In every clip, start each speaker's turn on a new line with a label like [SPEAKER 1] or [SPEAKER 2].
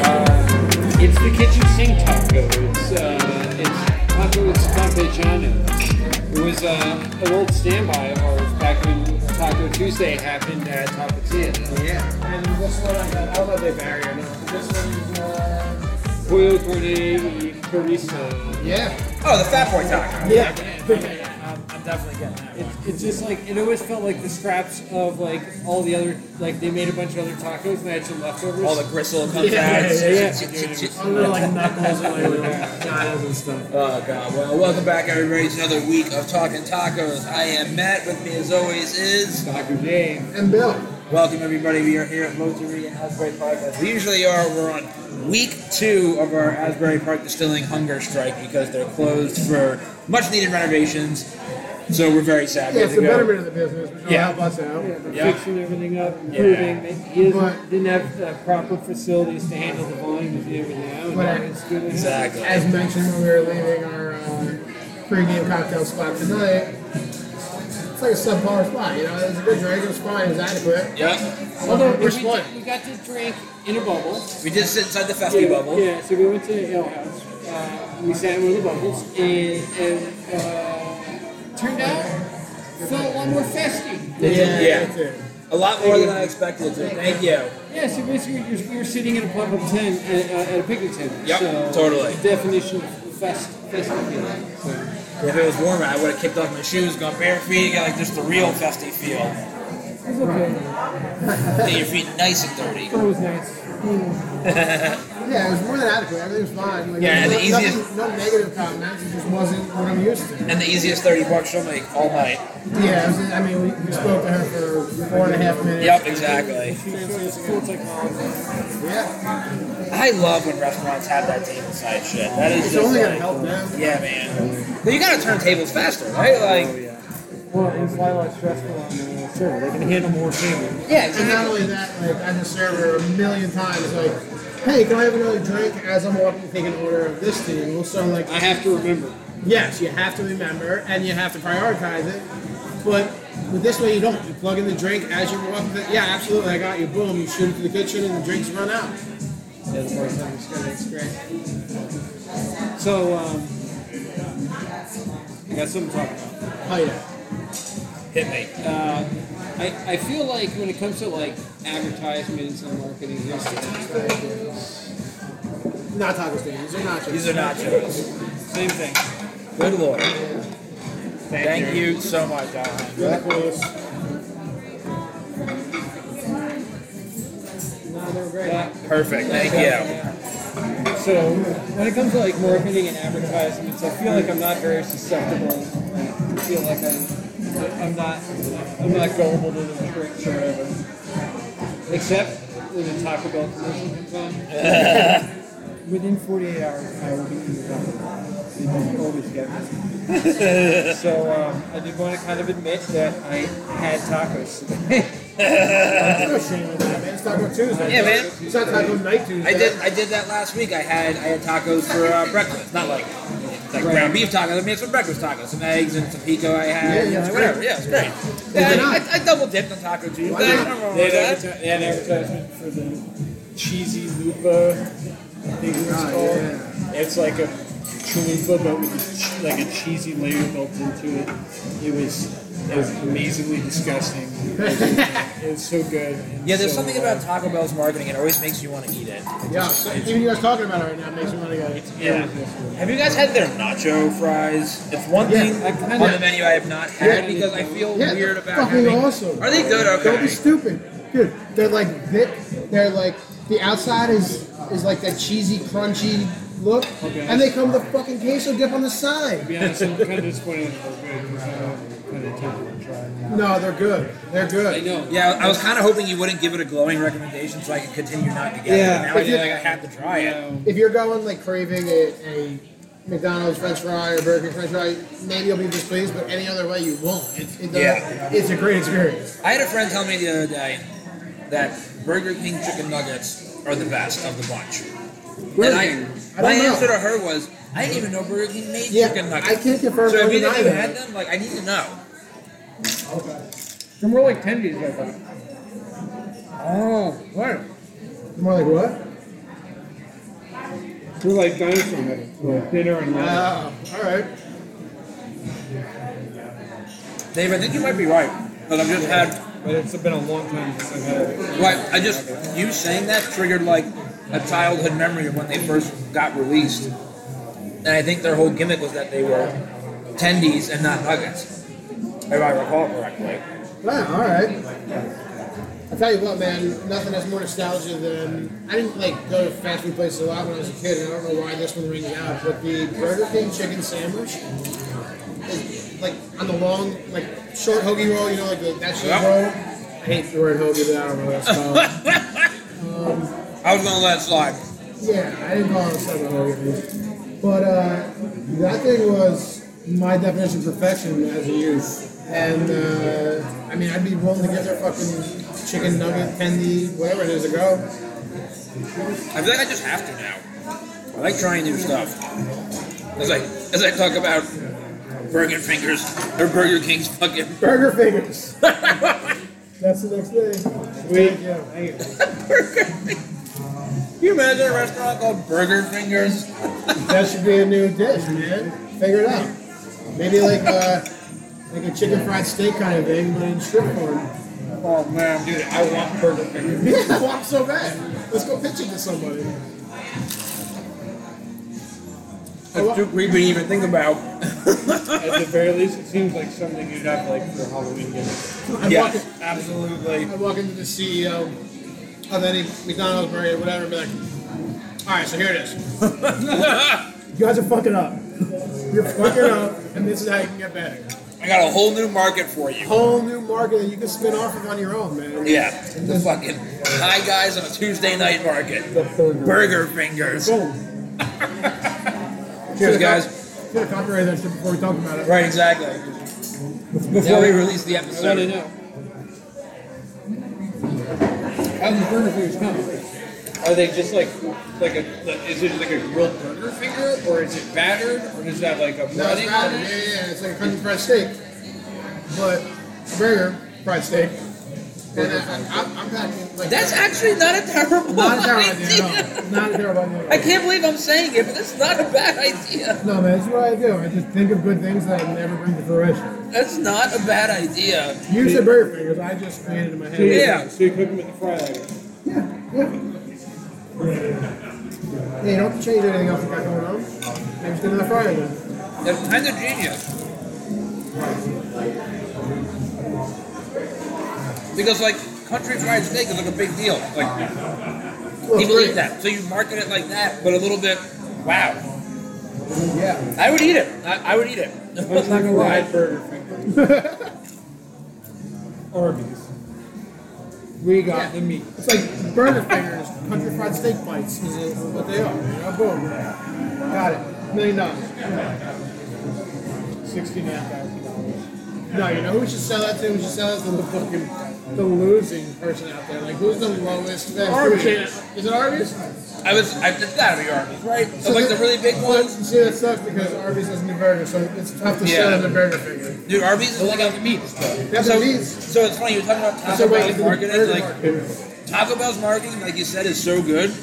[SPEAKER 1] Uh, It's the kitchen sink taco. It's uh, it's taco is campechano. It was uh, an old standby of ours back when Taco Tuesday happened at Tapatia.
[SPEAKER 2] Yeah. And this one, I got, I love the barrier now. This one is, uh,
[SPEAKER 1] Pollo Corne y Chorizo.
[SPEAKER 2] yeah.
[SPEAKER 3] Oh, the Fat Boy Taco.
[SPEAKER 2] Yeah.
[SPEAKER 4] I'm, I'm definitely getting that.
[SPEAKER 1] It's, it's just like it always felt like the scraps of like all the other like they made a bunch of other tacos and they had some leftovers.
[SPEAKER 3] All the gristle comes out.
[SPEAKER 1] yeah, Oh,
[SPEAKER 4] All the like knuckles and like, little knuckles and stuff.
[SPEAKER 3] Oh god. Well, welcome back everybody to another week of Talking Tacos. I am Matt. With me as always is
[SPEAKER 1] Taco Dave.
[SPEAKER 2] And Bill.
[SPEAKER 3] welcome everybody. We are here at Rotary and Asbury Park as we usually are. We're on week two of our Asbury Park Distilling hunger strike because they're closed for much needed renovations. So we're very sad. we
[SPEAKER 2] Yeah,
[SPEAKER 3] have
[SPEAKER 2] it's
[SPEAKER 3] to
[SPEAKER 2] the
[SPEAKER 3] go.
[SPEAKER 2] betterment of the business, which will
[SPEAKER 3] Yeah.
[SPEAKER 2] help us out.
[SPEAKER 3] Yeah.
[SPEAKER 1] Fixing everything up, improving. He doesn't,
[SPEAKER 2] But-
[SPEAKER 1] didn't have the proper facilities to handle the volumes and everything. out, and
[SPEAKER 2] But-
[SPEAKER 1] now it's good.
[SPEAKER 3] Exactly.
[SPEAKER 2] As mentioned when we were leaving our uh, pre-game cocktail spot tonight, it's like a subpar spot. You know, it was a good drink. It was fine. It was adequate.
[SPEAKER 3] Yeah.
[SPEAKER 1] Although
[SPEAKER 2] we're
[SPEAKER 1] we,
[SPEAKER 2] split.
[SPEAKER 1] we got to drink in a bubble.
[SPEAKER 3] We did sit inside the Festy
[SPEAKER 1] Yeah,
[SPEAKER 3] bubble.
[SPEAKER 1] yeah, so we went to the ale house. Uh, we sat in one of the bubbles and, and uh, turned out felt a lot more festive.
[SPEAKER 3] Yeah.
[SPEAKER 2] That's it.
[SPEAKER 3] A lot more than I expected it to. Thank you.
[SPEAKER 1] Yeah, so basically you're, you're sitting in a pub of ten at, uh, at a picnic table.
[SPEAKER 3] Yep,
[SPEAKER 1] so
[SPEAKER 3] totally.
[SPEAKER 1] the Definition of fest, festive feeling. So.
[SPEAKER 3] If it was warmer, I would have kicked off my shoes, gone bare feet, got like just the real festive feel.
[SPEAKER 1] It's okay.
[SPEAKER 3] Get your feet nice and dirty.
[SPEAKER 1] It was nice.
[SPEAKER 2] Yeah, it was more than adequate. Everything was fine. Like,
[SPEAKER 3] Yeah,
[SPEAKER 2] no,
[SPEAKER 3] the
[SPEAKER 2] nothing-
[SPEAKER 3] easiest-
[SPEAKER 2] No negative comments. It just wasn't what I'm used to.
[SPEAKER 3] And the easiest 30 bucks you'll make all night.
[SPEAKER 2] Yeah, it was, I mean, we, we spoke to her for four and a half minutes.
[SPEAKER 3] Yep, exactly.
[SPEAKER 1] It's cool technology.
[SPEAKER 2] Yeah,
[SPEAKER 3] I love when restaurants have that table side shit. That is
[SPEAKER 2] it's
[SPEAKER 3] just
[SPEAKER 2] only gonna
[SPEAKER 3] like,
[SPEAKER 2] help them.
[SPEAKER 3] yeah, man. But you gotta turn tables faster, right? Like,
[SPEAKER 1] Oh, Well, it's a lot less stressful on the server. They can handle more tables.
[SPEAKER 3] yeah,
[SPEAKER 2] And not
[SPEAKER 3] exactly.
[SPEAKER 2] only that, like I'm the server a million times, like, hey, can I have another drink? As I'm walking, take an order of this table. So like,
[SPEAKER 1] I have to remember.
[SPEAKER 2] yes, you have to remember and you have to prioritize it. But with this way, you don't. You plug in the drink as you walk. The, yeah, absolutely. I got you. Boom. You shoot it to the kitchen and the drinks run out.
[SPEAKER 1] Yeah, the first time it's gonna experience. So, um, I got something to talk about.
[SPEAKER 2] Oh yeah.
[SPEAKER 3] Hit me.
[SPEAKER 1] I, I feel like when it comes to like advertisements and marketing, here's the thing.
[SPEAKER 2] Not taco stands. They're nachos.
[SPEAKER 3] These are nachos.
[SPEAKER 1] Same thing.
[SPEAKER 3] Good lord. Thank you so much, Alan.
[SPEAKER 2] Really close.
[SPEAKER 1] No, they're great.
[SPEAKER 3] Perfect. Thank you.
[SPEAKER 1] Yeah. So when it comes to like marketing and advertisements, I feel like I'm not very susceptible. I feel like I'm, I'm not, I'm not gullible to the tricks or whatever. Except when the Taco Bell commercial comes on. Within 48 hours, I will be in the company. You always get me. so um, I did want to kind of admit that I had tacos today.
[SPEAKER 2] There's no shame in that, man. It's Taco Tuesday.
[SPEAKER 3] Yeah, man.
[SPEAKER 2] It's not Taco Night Tuesday.
[SPEAKER 3] I did. I did that last week. I had I had tacos for uh, breakfast. Not like like
[SPEAKER 1] Right.
[SPEAKER 3] ground beef tacos. I made some breakfast tacos, some eggs and some pico. I had
[SPEAKER 2] Yeah, yeah, it's
[SPEAKER 3] whatever.
[SPEAKER 2] great.
[SPEAKER 3] Yeah, it's great.
[SPEAKER 2] Yeah,
[SPEAKER 3] Yeah,
[SPEAKER 2] why
[SPEAKER 3] I, I, I double dipped on taco Tuesday.
[SPEAKER 2] Why
[SPEAKER 3] I
[SPEAKER 2] not?
[SPEAKER 3] don't know
[SPEAKER 4] They
[SPEAKER 3] about that.
[SPEAKER 4] had, adverti- they had advertisement for the cheesy lupa. I think it was
[SPEAKER 2] Ah,
[SPEAKER 4] called.
[SPEAKER 2] yeah.
[SPEAKER 4] It's like a chalupa, but with a ch- like a cheesy layer built into it. It was it was amazingly disgusting. It was, it was so good. and
[SPEAKER 3] Yeah, there's
[SPEAKER 4] so,
[SPEAKER 3] something
[SPEAKER 4] uh,
[SPEAKER 3] about Taco Bell's marketing. It always makes you want to eat it.
[SPEAKER 2] Yeah, even you guys talking about it right now makes me want to go.
[SPEAKER 3] Yeah. Have you guys had their nacho fries? It's one
[SPEAKER 2] Yeah,
[SPEAKER 3] thing
[SPEAKER 2] I kinda-
[SPEAKER 3] on the menu I have not had
[SPEAKER 2] Yeah.
[SPEAKER 3] because I feel
[SPEAKER 2] Yeah,
[SPEAKER 3] weird
[SPEAKER 2] they're
[SPEAKER 3] about
[SPEAKER 2] fucking
[SPEAKER 3] having.
[SPEAKER 2] awesome.
[SPEAKER 3] Are they good?
[SPEAKER 2] Don't be
[SPEAKER 3] Okay.
[SPEAKER 2] stupid, dude. They're like thick. They're like the outside is is like that cheesy, crunchy look, and they come with a fucking queso dip on the side.
[SPEAKER 4] To be honest, I'm kind of disappointed in how good it was. I don't kind of tempted to try it.
[SPEAKER 2] No, they're good. They're
[SPEAKER 1] I
[SPEAKER 2] good.
[SPEAKER 1] know.
[SPEAKER 3] Yeah, I was kind of hoping you wouldn't give it a glowing recommendation so I could continue not to get it.
[SPEAKER 2] Yeah.
[SPEAKER 3] And Now I feel like I have to try it.
[SPEAKER 2] If you're going like craving a, a McDonald's French fry or Burger King French fry, maybe you'll be displeased, but any other way you won't. It's it does,
[SPEAKER 3] Yeah.
[SPEAKER 2] it's a great experience.
[SPEAKER 3] I had a friend tell me the other day that Burger King chicken nuggets are the best of the bunch.
[SPEAKER 1] Burger
[SPEAKER 3] and I,
[SPEAKER 1] King.
[SPEAKER 2] I
[SPEAKER 3] my
[SPEAKER 2] don't know.
[SPEAKER 3] answer to her was, I didn't even know Burger King made
[SPEAKER 2] Yeah,
[SPEAKER 3] chicken
[SPEAKER 2] I
[SPEAKER 3] nuggets.
[SPEAKER 2] can't confirm
[SPEAKER 3] So
[SPEAKER 2] or
[SPEAKER 3] if you didn't
[SPEAKER 2] deny
[SPEAKER 3] even
[SPEAKER 2] that.
[SPEAKER 3] had them, like I need to know.
[SPEAKER 1] They're more like tendies, I thought.
[SPEAKER 3] Oh, what?
[SPEAKER 2] More like what?
[SPEAKER 1] We're like dinosaur meat. We're thinner and lighter.
[SPEAKER 2] Oh, all right.
[SPEAKER 3] Dave, I think you might be right, but I've just had
[SPEAKER 4] But it's been a long time since I've had it.
[SPEAKER 3] Right. I just you saying that triggered like a childhood memory of when they first got released, and I think their whole gimmick was that they were tendies and not nuggets, if I recall correctly.
[SPEAKER 2] Wow, all right. I tell you what, man, nothing has more nostalgia than I didn't like go to fast food places a lot when I was a kid, and I don't know why this one rings out, but the Burger King chicken sandwich, is, like on the long, like short hoagie roll, you know, like the, that shape
[SPEAKER 3] Yeah.
[SPEAKER 2] roll. I hate the word hoagie, but I don't know what it's called.
[SPEAKER 3] I was gonna let it slide.
[SPEAKER 2] yeah, I didn't call it a separate hoagie, but uh, that thing was my definition of perfection as a youth. And uh, I mean, I'd be willing to get their fucking chicken nugget, candy, whatever it is, a go.
[SPEAKER 3] I feel like I just have to now. I like trying new stuff. As I as I talk about Burger Fingers or Burger King's fucking
[SPEAKER 2] Burger fingers. That's the next thing. We yeah.
[SPEAKER 3] Burger. King. Can you imagine a restaurant called Burger Fingers?
[SPEAKER 2] That should be a new dish, man. Figure it out. Maybe like a like a chicken fried steak kind of thing, but in strip form.
[SPEAKER 3] Oh man, dude, I want Burger Fingers.
[SPEAKER 2] Yeah, walk so bad. Let's go pitch it to somebody.
[SPEAKER 3] It's too creepy to even think about.
[SPEAKER 1] At the very least, it seems like something you'd have like for Halloween dinner.
[SPEAKER 2] I
[SPEAKER 3] Yeah.
[SPEAKER 2] walk in,
[SPEAKER 1] Absolutely.
[SPEAKER 2] I walk into the CEO of any McDonald's burger, whatever, and be like, all right, so here it is. You guys are fucking up. You're fucking up, and this is how you can get better.
[SPEAKER 3] I got a whole new market for you.
[SPEAKER 2] Whole new market that you can spin off of on your own, man.
[SPEAKER 3] Yeah, the fucking high guys on a Tuesday night market. Burger fingers.
[SPEAKER 2] Boom.
[SPEAKER 3] Cheers, guys.
[SPEAKER 2] Should have copyrighted that shit before we talk about it.
[SPEAKER 3] Right, exactly. Before we release the
[SPEAKER 4] I want to
[SPEAKER 3] episode,
[SPEAKER 4] know. How does burger fingers come? Are they just like, like a, like, is it like a grilled burger finger, or is it battered, or does it have like a
[SPEAKER 2] No, it's
[SPEAKER 4] running
[SPEAKER 2] not.
[SPEAKER 4] on
[SPEAKER 2] Yeah, yeah,
[SPEAKER 4] it?
[SPEAKER 2] yeah. It's like a country fried steak, but burger fried steak. And I, I, I'm- I'm packing like
[SPEAKER 3] that's actually not a terrible
[SPEAKER 2] not a terrible
[SPEAKER 3] idea.
[SPEAKER 2] idea. No, not a terrible idea.
[SPEAKER 3] I can't believe I'm saying it, but that's not a bad idea.
[SPEAKER 2] No, man, that's what I do. I just think of good things that I never bring to fruition.
[SPEAKER 3] That's not a bad idea.
[SPEAKER 2] You said burger fingers. I just created in my head.
[SPEAKER 3] Yeah.
[SPEAKER 1] So you cook them in the fryer.
[SPEAKER 2] Hey, don't change anything else you got going on. I'm just gonna fry them.
[SPEAKER 3] That's kind of genius. Because like country fried steak is like a big deal. Like
[SPEAKER 2] Well,
[SPEAKER 3] People
[SPEAKER 2] great.
[SPEAKER 3] eat that. So you market it like that, but a little bit. Wow.
[SPEAKER 2] Yeah.
[SPEAKER 3] I would eat it. I, I would eat it. I'm not gonna lie.
[SPEAKER 1] Burger fingers. Arby's.
[SPEAKER 4] We got the meat.
[SPEAKER 2] It's like burger fingers, country fried steak bites is it- what they are. You know, boom. Got it. Million dollars.
[SPEAKER 1] $69,000.
[SPEAKER 2] No, you know who we should sell that to? We should sell that to the fucking the losing person out there. Like who's the lowest? best?
[SPEAKER 3] Arby's.
[SPEAKER 2] Is it Arby's?
[SPEAKER 3] I was. I, it's gotta be Arby's, right? So like the really big
[SPEAKER 2] Well,
[SPEAKER 3] ones.
[SPEAKER 2] see that sucks because Arby's doesn't do burger, so it's tough to
[SPEAKER 3] Yeah.
[SPEAKER 2] sell them a burger finger.
[SPEAKER 3] Dude, Arby's is like out the meat.
[SPEAKER 2] That's
[SPEAKER 3] So,
[SPEAKER 2] what it is.
[SPEAKER 3] so it's funny. You're talking about
[SPEAKER 2] So
[SPEAKER 3] Taco
[SPEAKER 2] wait,
[SPEAKER 3] Bell's
[SPEAKER 2] it's the
[SPEAKER 3] marketing.
[SPEAKER 2] burger
[SPEAKER 3] Like
[SPEAKER 2] market.
[SPEAKER 3] Taco Bell's marketing, like you said, is so good,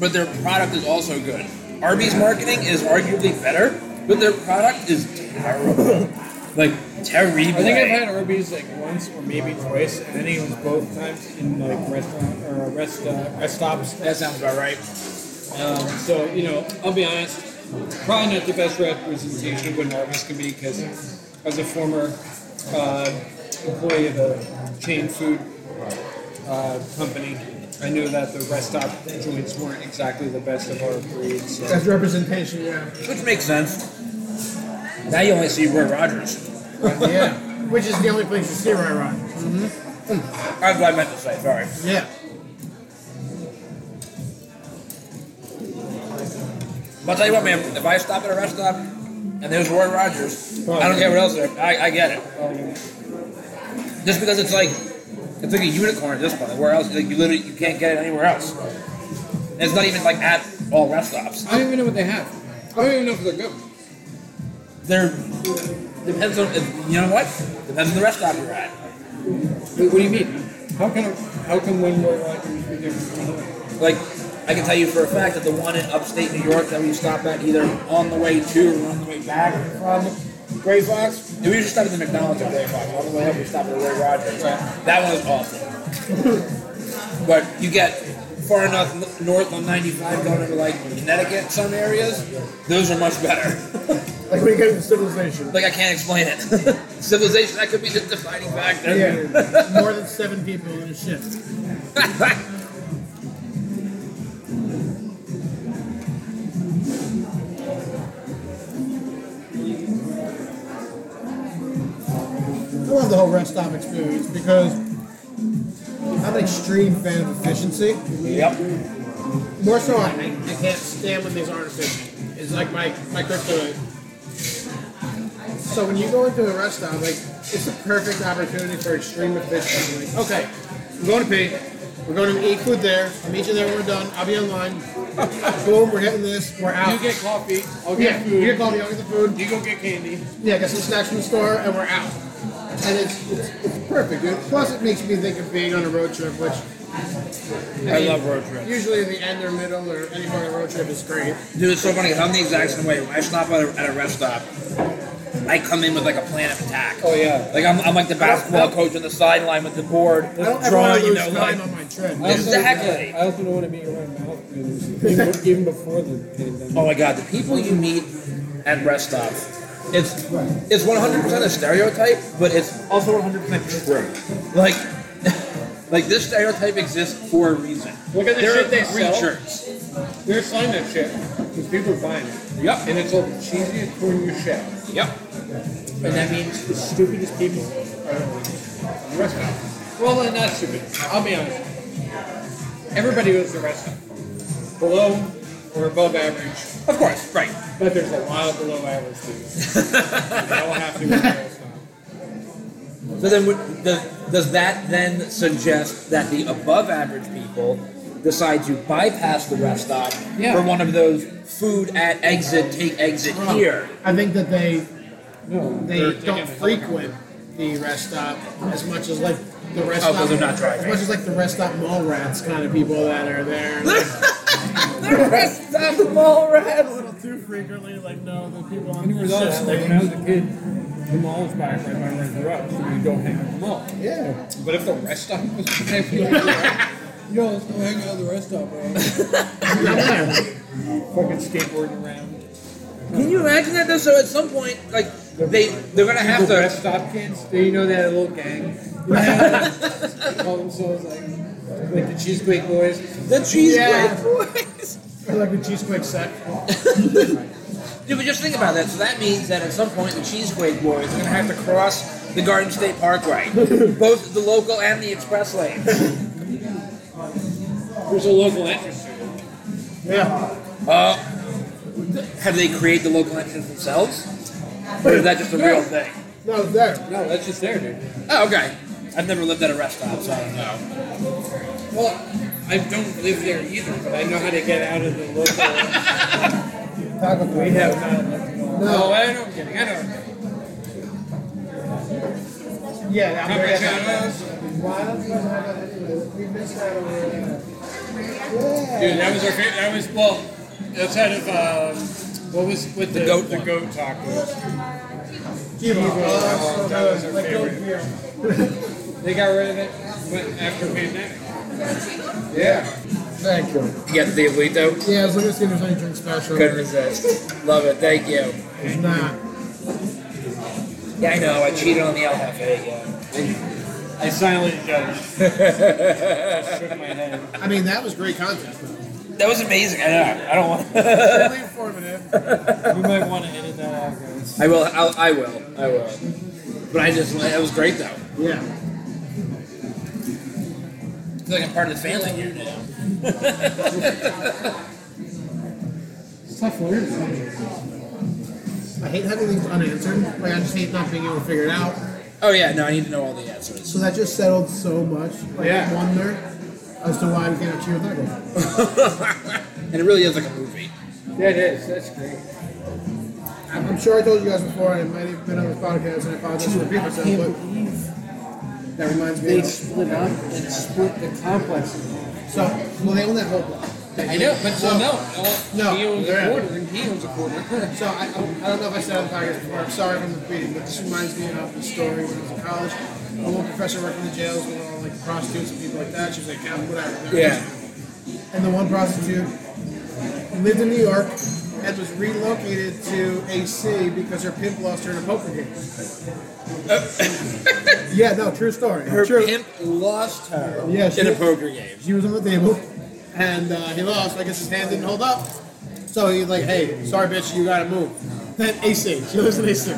[SPEAKER 3] but their product is also good. Arby's marketing is arguably better, but their product is terrible. like terrible.
[SPEAKER 1] I think I've had Arby's like once or maybe twice, and I think it was both times in like restaurant or rest uh, rest stops.
[SPEAKER 3] that sounds about right.
[SPEAKER 1] Um, so you know, I'll be honest, probably not the best representation of what an Arby's can be because as a former uh, employee of a chain food uh, company, I knew that the rest stop joints weren't exactly the best of our breed. So.
[SPEAKER 2] That's representation, yeah.
[SPEAKER 3] Which makes sense. Now you only see Roy Rogers.
[SPEAKER 2] yeah. Which is the only place you see Roy Rogers.
[SPEAKER 3] That's what I meant to say, sorry.
[SPEAKER 2] Yeah.
[SPEAKER 3] But I'll tell you what, man, if I stop at a rest stop and there's Roy Rogers, I don't care what else there, I, I get it. Just because it's like, it's like a unicorn at this point. Where else? Like you literally, you can't get it anywhere else. And it's not even like at all rest stops.
[SPEAKER 4] I don't even know what they have. I don't even know if they're
[SPEAKER 3] They're
[SPEAKER 4] good.
[SPEAKER 3] depends on you know what depends on the rest stop you're at.
[SPEAKER 4] Wait, what do you mean? How can how can one more Rogers be different from another?
[SPEAKER 3] Like I can tell you for a fact that the one in upstate New York that we stop at either on the way to or on the way back from Grey Fox, and we used to stop at the McDonald's at Grey Fox. On the way up, we stopped at Ray Rogers. That one was awful. but you get far enough n- north on 95 going into like Connecticut, some areas, those are much better.
[SPEAKER 2] Like when you go to civilization.
[SPEAKER 3] like I can't explain it. Civilization, that could be the defining factor.
[SPEAKER 2] Yeah. More than seven people in a shift. I love the whole rest stop experience because I'm an extreme fan of efficiency.
[SPEAKER 3] yep.
[SPEAKER 2] More so, I, I I can't stand when things aren't efficient. It's like my, my kryptonite. So when you go into a rest stop, like it's the perfect opportunity for extreme efficiency. Like, okay, I'm going to pee. We're going to eat food there. I'm eating there when we're done. I'll be online. Boom, we're hitting this. We're out.
[SPEAKER 1] You get coffee, I'll get
[SPEAKER 2] yeah,
[SPEAKER 1] food,
[SPEAKER 2] you get coffee. I'll get the food.
[SPEAKER 1] you go get candy.
[SPEAKER 2] Yeah, get some snacks from the store, and we're out. And it's, it's, it's perfect, dude. Plus, it makes me think of being on a road trip, which
[SPEAKER 3] I love road trips.
[SPEAKER 2] usually in the end or middle or any part of a road trip is great.
[SPEAKER 3] Dude, it's so funny. 'cause I'm the exact same way. When I stop at a, at a rest stop, I come in with like a plan of attack.
[SPEAKER 4] Oh yeah.
[SPEAKER 3] Like I'm, I'm like the basketball coach on the sideline with the board,
[SPEAKER 2] I don't ever want
[SPEAKER 3] drawing,
[SPEAKER 2] to
[SPEAKER 3] you
[SPEAKER 2] lose
[SPEAKER 3] know, like,
[SPEAKER 2] time on my trip.
[SPEAKER 4] I also-
[SPEAKER 3] Exactly.
[SPEAKER 4] I also don't want to be around mouth breathers, even, even before the pandemic.
[SPEAKER 3] oh my god, the people you meet at rest stops. It's it's 100% a stereotype, but it's also 100% true. Like, like this stereotype exists for a reason.
[SPEAKER 1] Look at the
[SPEAKER 3] There
[SPEAKER 1] shit
[SPEAKER 3] are
[SPEAKER 1] they sell.
[SPEAKER 3] creatures.
[SPEAKER 1] They're selling that shit because people are buying it.
[SPEAKER 3] Yep.
[SPEAKER 1] And it's all the cheesiest corny shit.
[SPEAKER 3] Yep. And that means
[SPEAKER 1] The stupidest people are in the restaurant. Well, they're not stupid. I'll be honest. Everybody goes to the restaurant. Below or above average,
[SPEAKER 3] Of course, right.
[SPEAKER 1] but there's a lot of below average people. I will have to go to the restaurant.
[SPEAKER 3] So then, would- does, does that then suggest that the above average people decide to bypass the rest stop
[SPEAKER 1] Yeah.
[SPEAKER 3] for one of those food at exit, take exit here?
[SPEAKER 2] I think that they
[SPEAKER 4] No.
[SPEAKER 2] they don't frequent the rest stop as much as like the rest
[SPEAKER 3] Oh, 'cause
[SPEAKER 2] stop.
[SPEAKER 3] they're not driving.
[SPEAKER 2] As much as like the rest stop mall rats kind of people that are there.
[SPEAKER 3] The rest stop the mall rats.
[SPEAKER 2] too frequently, like no, the people on
[SPEAKER 4] And it was also, like when I was a kid, the mall was back right by where I grew up, so we'd go hang out at the mall.
[SPEAKER 2] yeah.
[SPEAKER 1] But if the restaurant was
[SPEAKER 4] Yo, let's go hang out at the rest stop, bro.
[SPEAKER 1] fucking skateboarding around,
[SPEAKER 3] Can you imagine that though? So at some point, like they they're gonna have
[SPEAKER 1] the
[SPEAKER 3] to.
[SPEAKER 1] rest stop kids, they you know that little gang. they call themselves like like the Cheesequake Boys.
[SPEAKER 3] The cheese
[SPEAKER 2] Yeah.
[SPEAKER 3] boys.
[SPEAKER 2] Or like the cheese quick set.
[SPEAKER 3] Dude, but just think about that. So that means that at some point the Cheesequake boys are gonna have to cross the Garden State Parkway, both the local and the express lane.
[SPEAKER 1] There's a local entrance. to it.
[SPEAKER 2] Yeah.
[SPEAKER 3] Uh, have they created the local entrance themselves? Or is that just a real thing?
[SPEAKER 2] No, there.
[SPEAKER 1] No, that's just there, dude.
[SPEAKER 3] Oh, okay. I've never lived at a rest stop, so I don't know.
[SPEAKER 1] Well, I don't live there either, but I know how to get out of the local.
[SPEAKER 2] Taco
[SPEAKER 1] we
[SPEAKER 2] Bell.
[SPEAKER 1] have not left the mall.
[SPEAKER 2] No.
[SPEAKER 1] Oh, I know. I'm kidding. I know.
[SPEAKER 2] Yeah. I'm very happy.
[SPEAKER 1] Campuchanos. Dude, that was our favorite. That was well outside of uh, what was with the,
[SPEAKER 3] goat
[SPEAKER 1] the
[SPEAKER 3] one.
[SPEAKER 1] goat tacos.
[SPEAKER 2] Cuba.
[SPEAKER 1] Oh,
[SPEAKER 2] Oh,
[SPEAKER 1] that was
[SPEAKER 2] so
[SPEAKER 1] our
[SPEAKER 2] good. Like,
[SPEAKER 1] favorite.
[SPEAKER 2] don't care.
[SPEAKER 1] They got rid of it when- after pandemic. Yeah.
[SPEAKER 2] Thank you.
[SPEAKER 3] You got the Diablito?
[SPEAKER 2] Yeah, I was looking to see if there's anything special.
[SPEAKER 3] Couldn't resist. Love it. Thank you.
[SPEAKER 2] There's not.
[SPEAKER 3] Yeah, I know. I cheated on the El Jefe again.
[SPEAKER 1] I silently judged. Shook my head.
[SPEAKER 2] I mean, that was great content.
[SPEAKER 3] That was amazing. I know. I don't want.
[SPEAKER 2] Really informative.
[SPEAKER 1] We might want to edit that out, guys.
[SPEAKER 3] I will. I'll, I will. I will. But I just. That was great, though. I
[SPEAKER 2] Yeah.
[SPEAKER 3] feel like I'm part of the family here now.
[SPEAKER 4] It's tough learning.
[SPEAKER 2] I hate having things unanswered. Like I just hate not being able to figure it out.
[SPEAKER 3] Oh yeah. No, I need to know all the answers.
[SPEAKER 2] So that just settled so much like,
[SPEAKER 1] Yeah.
[SPEAKER 2] wonder as to why we can't achieve a taco.
[SPEAKER 3] and it really is like a movie.
[SPEAKER 1] That is. That's great.
[SPEAKER 2] I'm I'm sure I told you guys before, and it might have been on this podcast, and I apologize for repeating myself, but that reminds me.
[SPEAKER 4] They
[SPEAKER 2] Of,
[SPEAKER 4] split up and split the complex.
[SPEAKER 2] so, well, they own that whole block.
[SPEAKER 3] I know, but
[SPEAKER 2] So-
[SPEAKER 3] well, no,
[SPEAKER 2] No,
[SPEAKER 3] no, he owns
[SPEAKER 2] they're
[SPEAKER 3] a
[SPEAKER 2] out.
[SPEAKER 3] quarter, and he owns a quarter.
[SPEAKER 2] So I, I don't know if I said on the podcast before. I'm sorry if I'm repeating, but this reminds me of the story when I was in college. My one professor worked in the jails with all like prostitutes and people like that. She was like, "Yeah, whatever." they're
[SPEAKER 3] Yeah.
[SPEAKER 2] and the one prostitute lived in New York and was relocated to AC because her pimp lost her in a poker game. yeah, no, true story.
[SPEAKER 3] Her
[SPEAKER 2] true.
[SPEAKER 3] pimp lost her
[SPEAKER 2] Yeah, she-
[SPEAKER 3] in a poker game.
[SPEAKER 2] She was on the table, and uh, he lost. I guess his hand didn't hold up. So he's like, "Hey, sorry, bitch, you gotta move." Then AC, she lives in AC.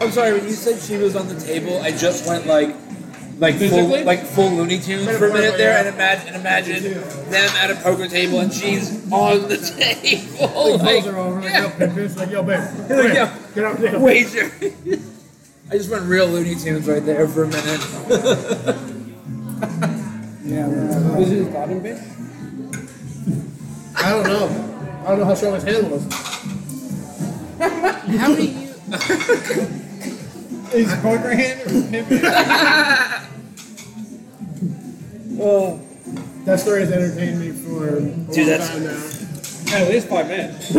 [SPEAKER 3] I'm sorry, when you said she was on the table, I just went like, like full,
[SPEAKER 1] Physically?
[SPEAKER 3] like full Looney Tunes for a minute there, and imagine, and imagine them at a poker table, and she's on the table,
[SPEAKER 2] Like,
[SPEAKER 3] like,
[SPEAKER 2] are over, like,
[SPEAKER 3] yeah.
[SPEAKER 2] yo, pimp, bitch, like, yo, babe, come
[SPEAKER 3] Like,
[SPEAKER 2] here,
[SPEAKER 3] yo.
[SPEAKER 2] get out there.
[SPEAKER 3] wager. I just went real Looney Tunes right there for a minute.
[SPEAKER 4] Was it his bottom bitch?
[SPEAKER 2] I don't know. I don't know how strong his hand was.
[SPEAKER 3] How do you?
[SPEAKER 4] His poker hand or his pimp hand?
[SPEAKER 2] That story has entertained me for a long
[SPEAKER 3] Oh. Dude, that's-
[SPEAKER 2] time now.
[SPEAKER 4] At least five minutes.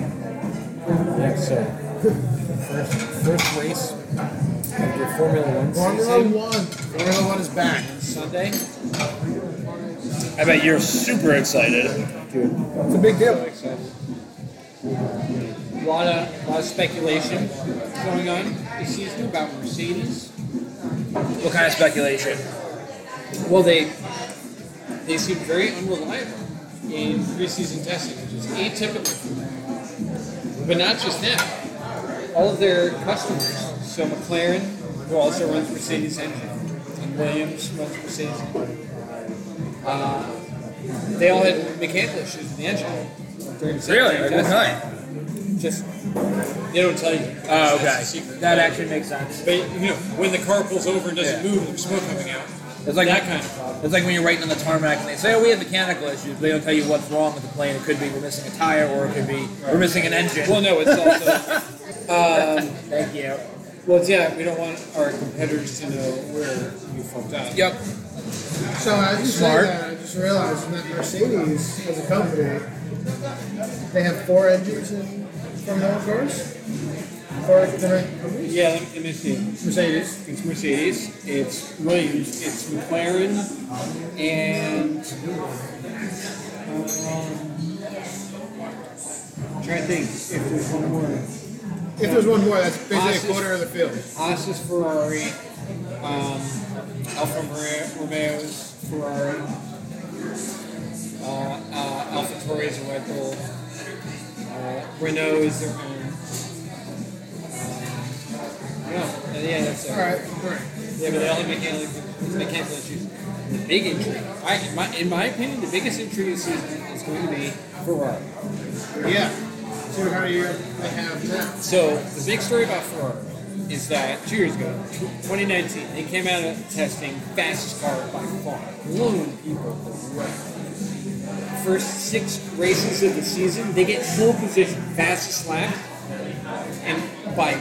[SPEAKER 1] Yeah, so first, first race of your Formula One
[SPEAKER 2] Formula One. Formula One is back.
[SPEAKER 1] Sunday.
[SPEAKER 3] I bet you're super excited.
[SPEAKER 2] It's a big deal.
[SPEAKER 1] A lot of, lot of speculation going on this season about Mercedes.
[SPEAKER 3] What kind of speculation?
[SPEAKER 1] Well, they they seem very unreliable in preseason testing, which is atypical for them. But not just them. All of their customers, so McLaren, who also runs Mercedes engine, and Williams runs Mercedes engine, uh, they all had mechanical issues with the engine. during the
[SPEAKER 3] Really? Like what
[SPEAKER 1] testing.
[SPEAKER 3] kind?
[SPEAKER 1] Just they don't tell you.
[SPEAKER 3] Oh,
[SPEAKER 1] That's
[SPEAKER 3] okay.
[SPEAKER 1] the secret.
[SPEAKER 3] That actually makes sense.
[SPEAKER 1] But you know, when the car pulls over and doesn't
[SPEAKER 3] Yeah.
[SPEAKER 1] move, there's smoke coming out.
[SPEAKER 3] It's like
[SPEAKER 1] that kind of problem.
[SPEAKER 3] It's like when you're waiting on the tarmac and they say, "Oh, we have mechanical issues." But they don't tell you what's wrong with the plane. It could be we're missing a tire, or it could be we're missing an engine.
[SPEAKER 1] Well, no, it's also.
[SPEAKER 3] Thank you.
[SPEAKER 1] Well, it's- yeah, we don't want our competitors to know where you fucked up.
[SPEAKER 3] Yep.
[SPEAKER 2] So as you
[SPEAKER 3] Smart.
[SPEAKER 2] say that, I just realized that Mercedes, as a company, they have four engines in Formula One cars. Four different companies.
[SPEAKER 1] Yeah, let me- let me see.
[SPEAKER 2] Mercedes.
[SPEAKER 1] It's Mercedes, it's Williams, it's McLaren, and. Um, I'm trying to think if there's one more.
[SPEAKER 2] If there's one more, that's
[SPEAKER 1] Haas
[SPEAKER 2] basically
[SPEAKER 1] is-
[SPEAKER 2] a quarter of the field.
[SPEAKER 1] Haas is Ferrari, um, Alfa Romeo- Romeo's Ferrari, uh, uh, Alfa Tauri's a Red Bull, uh, Renault is their own. Um, I don't know. Yeah, that's it.
[SPEAKER 2] All right, all right.
[SPEAKER 1] Yeah, but they only mechanical, it's mechanical issues. The big intrigue, I, in, my, in my opinion, the biggest intrigue this season is going to be Ferrari.
[SPEAKER 2] Yeah. See what kind of year they have now.
[SPEAKER 1] So the big story about Ferrari is that two years ago, tw- 2019, they came out of testing fastest car by far, blowing people away. First six races of the season, they get pole position, fastest lap, and by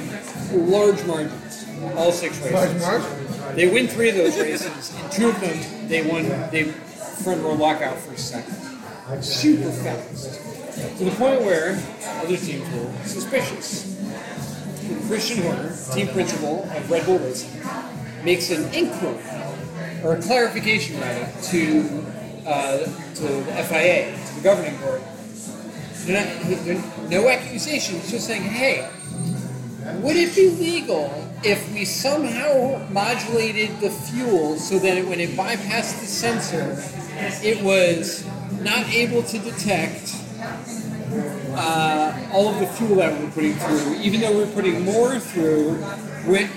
[SPEAKER 1] large margins, all six
[SPEAKER 2] Large
[SPEAKER 1] races.
[SPEAKER 2] mark.
[SPEAKER 1] They win three of those races, and two of them they won. They front row lockout for a second. Super fast to the point where other teams were suspicious. Christian Horner, team principal of Red Bull Racing, makes an inquiry or a clarification rather to uh, to the FIA, to the governing board. They're not, they're, no accusations, just saying, hey, would it be legal if we somehow modulated the fuel so that it, when it bypassed the sensor, it was not able to detect uh, all of the fuel that we're putting through, even though we're putting more through, with,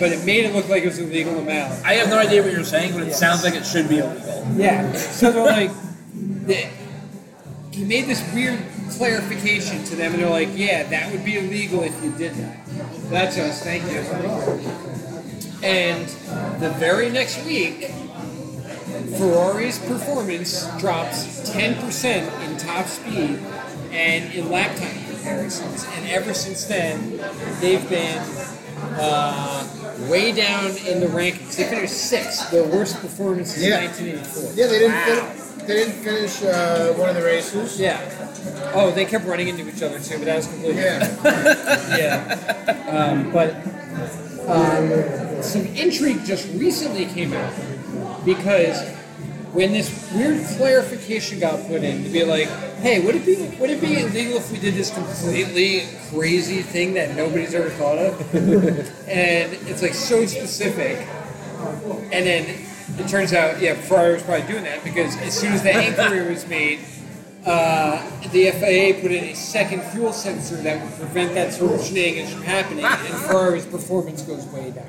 [SPEAKER 1] but it made it look like it was a legal amount.
[SPEAKER 3] I have no idea what you're saying, but it sounds like it should be illegal.
[SPEAKER 1] Yeah. So they're like, they, he made this weird clarification to them, and they're like, yeah, that would be illegal if you did that. That's us. Thank you. And the very next week, Ferrari's performance drops 10% in top speed and in lap time comparisons. And ever since then, they've been uh, way down in the rankings. They finished sixth, the worst performance since
[SPEAKER 2] Yeah.
[SPEAKER 1] 1984.
[SPEAKER 2] Yeah, they didn't.
[SPEAKER 1] Wow.
[SPEAKER 2] Fin- they didn't finish uh, one of the races.
[SPEAKER 1] Yeah. Oh, they kept running into each other too, but that was completely.
[SPEAKER 2] Yeah.
[SPEAKER 1] yeah. Um, but um, some intrigue just recently came out because when this weird clarification got put in to be like, hey, would it be would it be illegal if we did this completely crazy thing that nobody's ever thought of? and it's like so specific, and then. It turns out, yeah, Ferrari was probably doing that because as soon as the inquiry was made, uh, the FAA put in a second fuel sensor that would prevent that sort of shenanigans from happening, and Ferrari's performance goes way down.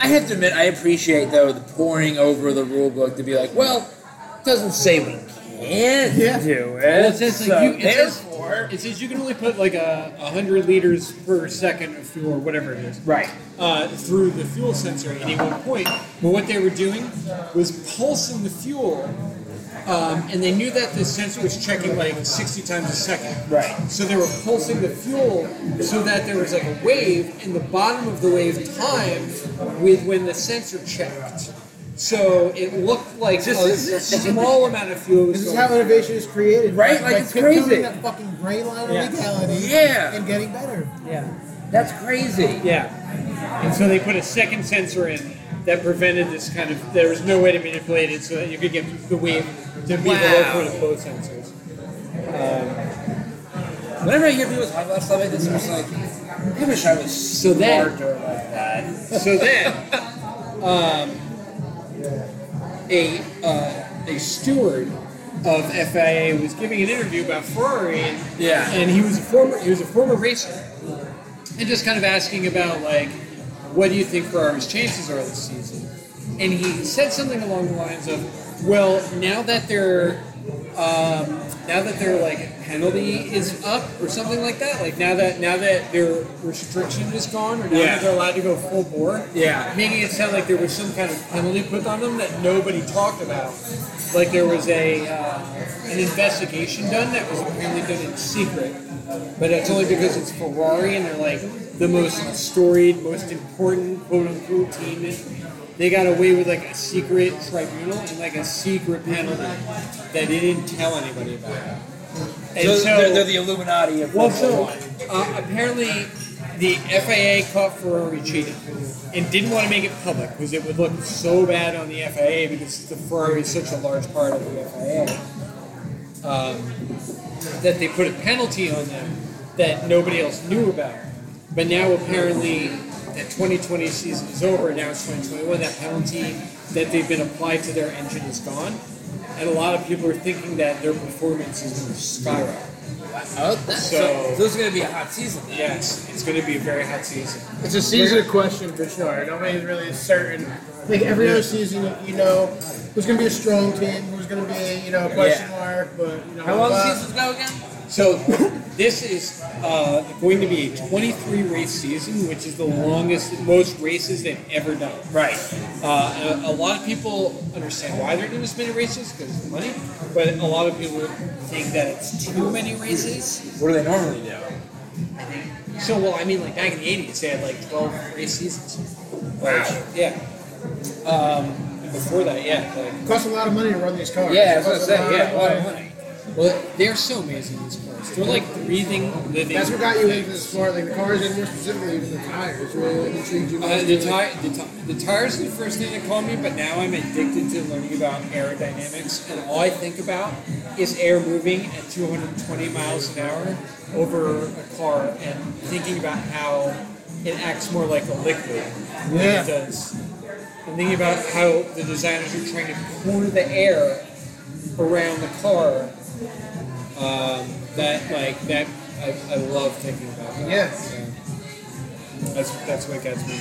[SPEAKER 3] I have to admit, I appreciate though the poring over the rule book to be like, well, it doesn't say what it can
[SPEAKER 2] Yeah.
[SPEAKER 3] do.
[SPEAKER 1] Well, it says, like,
[SPEAKER 3] so
[SPEAKER 1] you- it says-
[SPEAKER 3] therefore,
[SPEAKER 1] It says you can only put like a, a hundred liters per second of fuel or whatever it is
[SPEAKER 3] right.
[SPEAKER 1] uh, through the fuel sensor at any one point. But what they were doing was pulsing the fuel, um, and they knew that the sensor was checking like 60 times a second.
[SPEAKER 3] Right.
[SPEAKER 1] So they were pulsing the fuel so that there was like a wave, and the bottom of the wave timed with when the sensor checked. So it looked like a small amount of fuel was
[SPEAKER 2] This is
[SPEAKER 1] going
[SPEAKER 2] how innovation is created,
[SPEAKER 3] Right? Like,
[SPEAKER 2] By
[SPEAKER 3] it's
[SPEAKER 2] tiptoeing
[SPEAKER 3] crazy.
[SPEAKER 2] That fucking gray line of
[SPEAKER 1] Yeah.
[SPEAKER 2] legality.
[SPEAKER 3] Yeah.
[SPEAKER 2] And getting better.
[SPEAKER 3] That's crazy.
[SPEAKER 1] Yeah. And so they put a second sensor in that prevented this kind of. There was no way to manipulate it so that you could get the wave to be
[SPEAKER 3] Wow.
[SPEAKER 1] the low point of both sensors.
[SPEAKER 3] Whenever I hear people talk about stuff like this, I'm just like, I wish I was
[SPEAKER 1] So then-
[SPEAKER 3] smarter like that.
[SPEAKER 1] So then, um, a uh, a steward of FIA was giving an interview about Ferrari, and,
[SPEAKER 3] Yeah.
[SPEAKER 1] and he was a former he was a former racer, and just kind of asking about like, what do you think Ferrari's chances are this season? And he said something along the lines of, well, now that they're um, now that their like penalty is up or something like that, like now that now that their restriction is gone or now
[SPEAKER 3] Yeah.
[SPEAKER 1] that they're allowed to go full bore,
[SPEAKER 3] Yeah.
[SPEAKER 1] making it sound like there was some kind of penalty put on them that nobody talked about, like there was a uh, an investigation done that was apparently done in secret, but that's only because it's Ferrari and they're like the most storied, most important quote unquote team. And they got away with like a secret tribunal and like a secret penalty that they didn't tell anybody about. And
[SPEAKER 3] So,
[SPEAKER 1] so,
[SPEAKER 3] they're, they're the Illuminati of
[SPEAKER 1] well,
[SPEAKER 3] Formula
[SPEAKER 1] so
[SPEAKER 3] One.
[SPEAKER 1] uh, apparently the FAA caught Ferrari cheating and didn't want to make it public because it would look so bad on the FAA because the Ferrari is such a large part of the FAA um, that they put a penalty on them that nobody else knew about. But now apparently that 2020 season is over. Now it's 2021. That penalty that they've been applied to their engine is gone, and a lot of people are thinking that their performance is going to skyrocket.
[SPEAKER 3] Oh, that's, so,
[SPEAKER 1] So-
[SPEAKER 3] so this is going to be a hot season. Then.
[SPEAKER 1] Yes, it's going to be a very hot season.
[SPEAKER 2] It's a season question for sure. Nobody's really certain. Like every other season, you know, who's going to be a strong team, who's going to be, you know, a question mark, but you know,
[SPEAKER 3] How long
[SPEAKER 2] uh,
[SPEAKER 3] does the seasons go again?
[SPEAKER 1] So this is uh, going to be a 23 race season, which is the longest, most races they've ever done.
[SPEAKER 3] Right.
[SPEAKER 1] Uh, a, a lot of people understand why they're doing this many races because of the money, but a lot of people think that it's too many races.
[SPEAKER 3] What do they normally do?
[SPEAKER 1] So, well, I mean, like back in the 80s, they had like 12 race seasons.
[SPEAKER 3] Wow.
[SPEAKER 1] Yeah. Um, and before that, yeah, like
[SPEAKER 2] It costs a lot of money to run these cars.
[SPEAKER 3] Yeah, I was
[SPEAKER 2] It costs
[SPEAKER 3] going to
[SPEAKER 2] a lot
[SPEAKER 3] say, yeah,
[SPEAKER 2] of
[SPEAKER 3] a lot of
[SPEAKER 2] money.
[SPEAKER 3] money.
[SPEAKER 1] well, they're so amazing these cars. They're like breathing, living.
[SPEAKER 2] That's what got you into this sport, like the cars and more specifically even the tires really like, intrigued you.
[SPEAKER 1] Uh, the, tire, the, ti- the tires are the first thing that called me, but now I'm addicted to learning about aerodynamics, and all I think about is air moving at 220 miles an hour over a car, and thinking about how it acts more like a liquid than
[SPEAKER 2] Yeah.
[SPEAKER 1] it does. And thinking about how the designers are trying to corner the air around the car. Um, that like that, I, I love thinking about. That.
[SPEAKER 2] Yeah.
[SPEAKER 1] So. That's that's what gets me.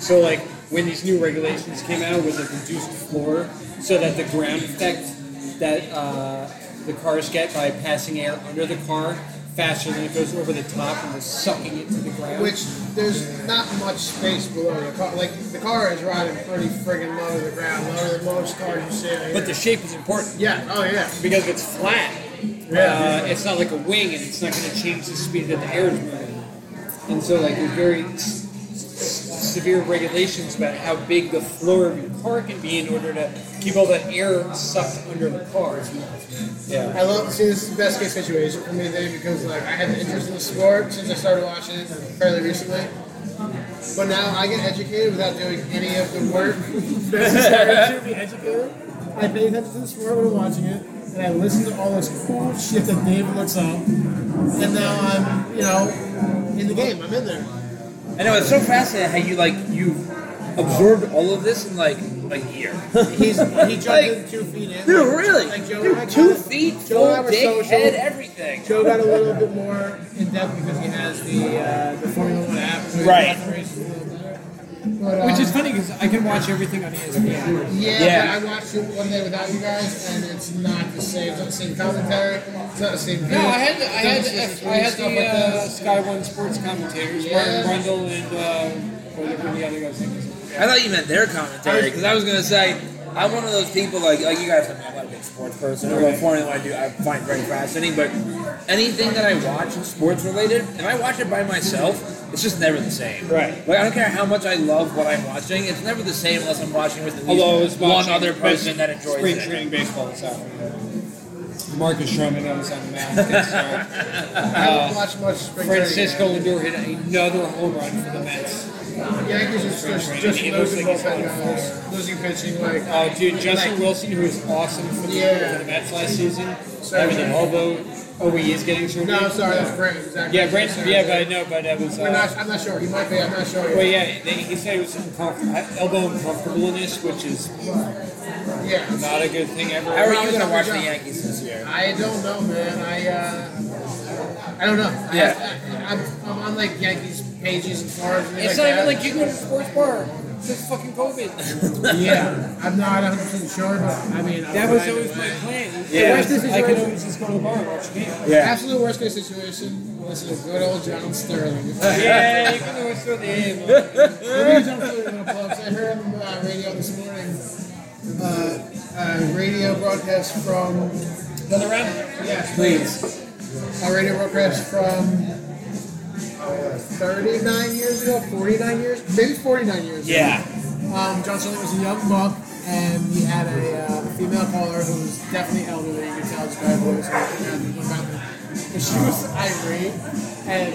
[SPEAKER 1] So like when these new regulations came out with a reduced floor, so that the ground effect that uh, the cars get by passing air under the car faster than it goes over the top and just sucking it to the ground.
[SPEAKER 2] Which there's not much space below the car. Like the car is riding pretty friggin' low to the ground, lower than most cars you see. out here.
[SPEAKER 1] but the shape is important
[SPEAKER 2] yeah, oh yeah.
[SPEAKER 1] because if it's flat. Uh, it's not like a wing, and it's not going to change the speed that the air is moving. And so, like, there's very s- s- severe regulations about how big the floor of your car can be in order to keep all that air sucked under the car.
[SPEAKER 2] I love see this is the best case situation for me today because like I have an interest in the sport since I started watching it fairly recently. But now I get educated without doing any of the work necessary to be educated. I pay attention to the sport when I'm watching it, and I listen to all this cool shit that Dave looks up. And now I'm, you know, in the game. I'm in there.
[SPEAKER 3] I know it's so fascinating how you like you absorbed all of this in like a year.
[SPEAKER 2] He's he jumped
[SPEAKER 3] Like,
[SPEAKER 2] in two feet in.
[SPEAKER 3] Dude, really?
[SPEAKER 2] Like Joe, I
[SPEAKER 3] Dude,
[SPEAKER 2] got
[SPEAKER 3] two
[SPEAKER 2] it.
[SPEAKER 3] feet,
[SPEAKER 2] Joe and I
[SPEAKER 3] full
[SPEAKER 2] were
[SPEAKER 3] dick,
[SPEAKER 2] social.
[SPEAKER 3] head, everything.
[SPEAKER 2] Joe got a little bit more in depth because he has the uh, the Formula One app. so he
[SPEAKER 3] Right.
[SPEAKER 2] watches races a little better. But, uh,
[SPEAKER 1] Which is funny because I can watch everything on E ESPN.
[SPEAKER 2] yeah,
[SPEAKER 3] Yeah.
[SPEAKER 2] But I watched it one day without you guys, and it's not the same. It's not the same commentary. It's not the same.
[SPEAKER 1] No,
[SPEAKER 2] view.
[SPEAKER 1] I had the, I had
[SPEAKER 2] It's
[SPEAKER 1] the,
[SPEAKER 2] not
[SPEAKER 1] I had
[SPEAKER 2] stuff
[SPEAKER 1] the
[SPEAKER 2] like
[SPEAKER 1] uh,
[SPEAKER 2] that.
[SPEAKER 1] Sky One sports commentators,
[SPEAKER 2] Yeah.
[SPEAKER 1] Martin Brundle and uh, whatever the other guy's name is.
[SPEAKER 3] I thought you meant their commentary because I was gonna say I'm one of those people like like you guys know me, I'm not a big sports person. or what Formula One I do I find very fascinating, but anything that I watch sports related, if I watch it by myself, it's just never the same.
[SPEAKER 1] Right.
[SPEAKER 3] Like I don't care how much I love what I'm watching, it's never the same unless I'm watching with at least
[SPEAKER 1] Although I was
[SPEAKER 3] one
[SPEAKER 1] watching
[SPEAKER 3] other person that enjoys
[SPEAKER 1] spring
[SPEAKER 3] it.
[SPEAKER 1] training baseball this afternoon. Marcus Sherman was on the mound. against, uh,
[SPEAKER 2] I haven't watched much spring
[SPEAKER 1] Francisco Lindor hit another home run for the Mets.
[SPEAKER 2] training. Yankees are just, just
[SPEAKER 1] It looks
[SPEAKER 2] losing
[SPEAKER 1] like it's
[SPEAKER 2] bullpen
[SPEAKER 1] on
[SPEAKER 2] guys, losing pitching. Like
[SPEAKER 1] Uh, dude, Justin Wilson, who was awesome for the,
[SPEAKER 2] Yeah.
[SPEAKER 1] for the Mets last season,
[SPEAKER 2] Sorry.
[SPEAKER 1] having an elbow. Oh, he is getting surgery.
[SPEAKER 2] no, I'm sorry, that's Brandon. Exactly.
[SPEAKER 1] Yeah, Brandon. Yeah, but I know, but that was.
[SPEAKER 2] I'm
[SPEAKER 1] Uh,
[SPEAKER 2] not, I'm not sure. He might be. I'm not sure.
[SPEAKER 1] well, yeah, they, he said it was uncomfortable, elbow uncomfortableness, which is
[SPEAKER 2] yeah.
[SPEAKER 1] not a good thing ever.
[SPEAKER 3] How are you gonna watch the Yankees this year?
[SPEAKER 2] I don't know, man. I uh, I don't know. I-
[SPEAKER 3] Yeah.
[SPEAKER 2] I, am I'm on like Yankees pages and forums. And
[SPEAKER 1] It's
[SPEAKER 2] like
[SPEAKER 1] not even
[SPEAKER 2] that.
[SPEAKER 1] like you go to the sports bar. It's just fucking COVID.
[SPEAKER 2] Yeah, I'm not 100 percent sure, but I mean,
[SPEAKER 1] That was always my plan. Yeah. I could always just go to the bar and watch a game.
[SPEAKER 3] Yeah.
[SPEAKER 2] absolute worst case situation. This is good old John Sterling.
[SPEAKER 1] Yeah, you can always throw the A.
[SPEAKER 2] Maybe John Sterling in the clubs. I heard on the uh, radio this morning. Uh, uh, radio broadcast from
[SPEAKER 1] Another round?
[SPEAKER 2] yeah,
[SPEAKER 1] Please.
[SPEAKER 2] a radio broadcast from. 39 years ago, 49 years, maybe 49 years ago.
[SPEAKER 3] Yeah.
[SPEAKER 2] Um, John Sterling was a young monk, and he had a uh, female caller who was definitely elderly. You could tell just by her voice. and what about her. And she was irate, and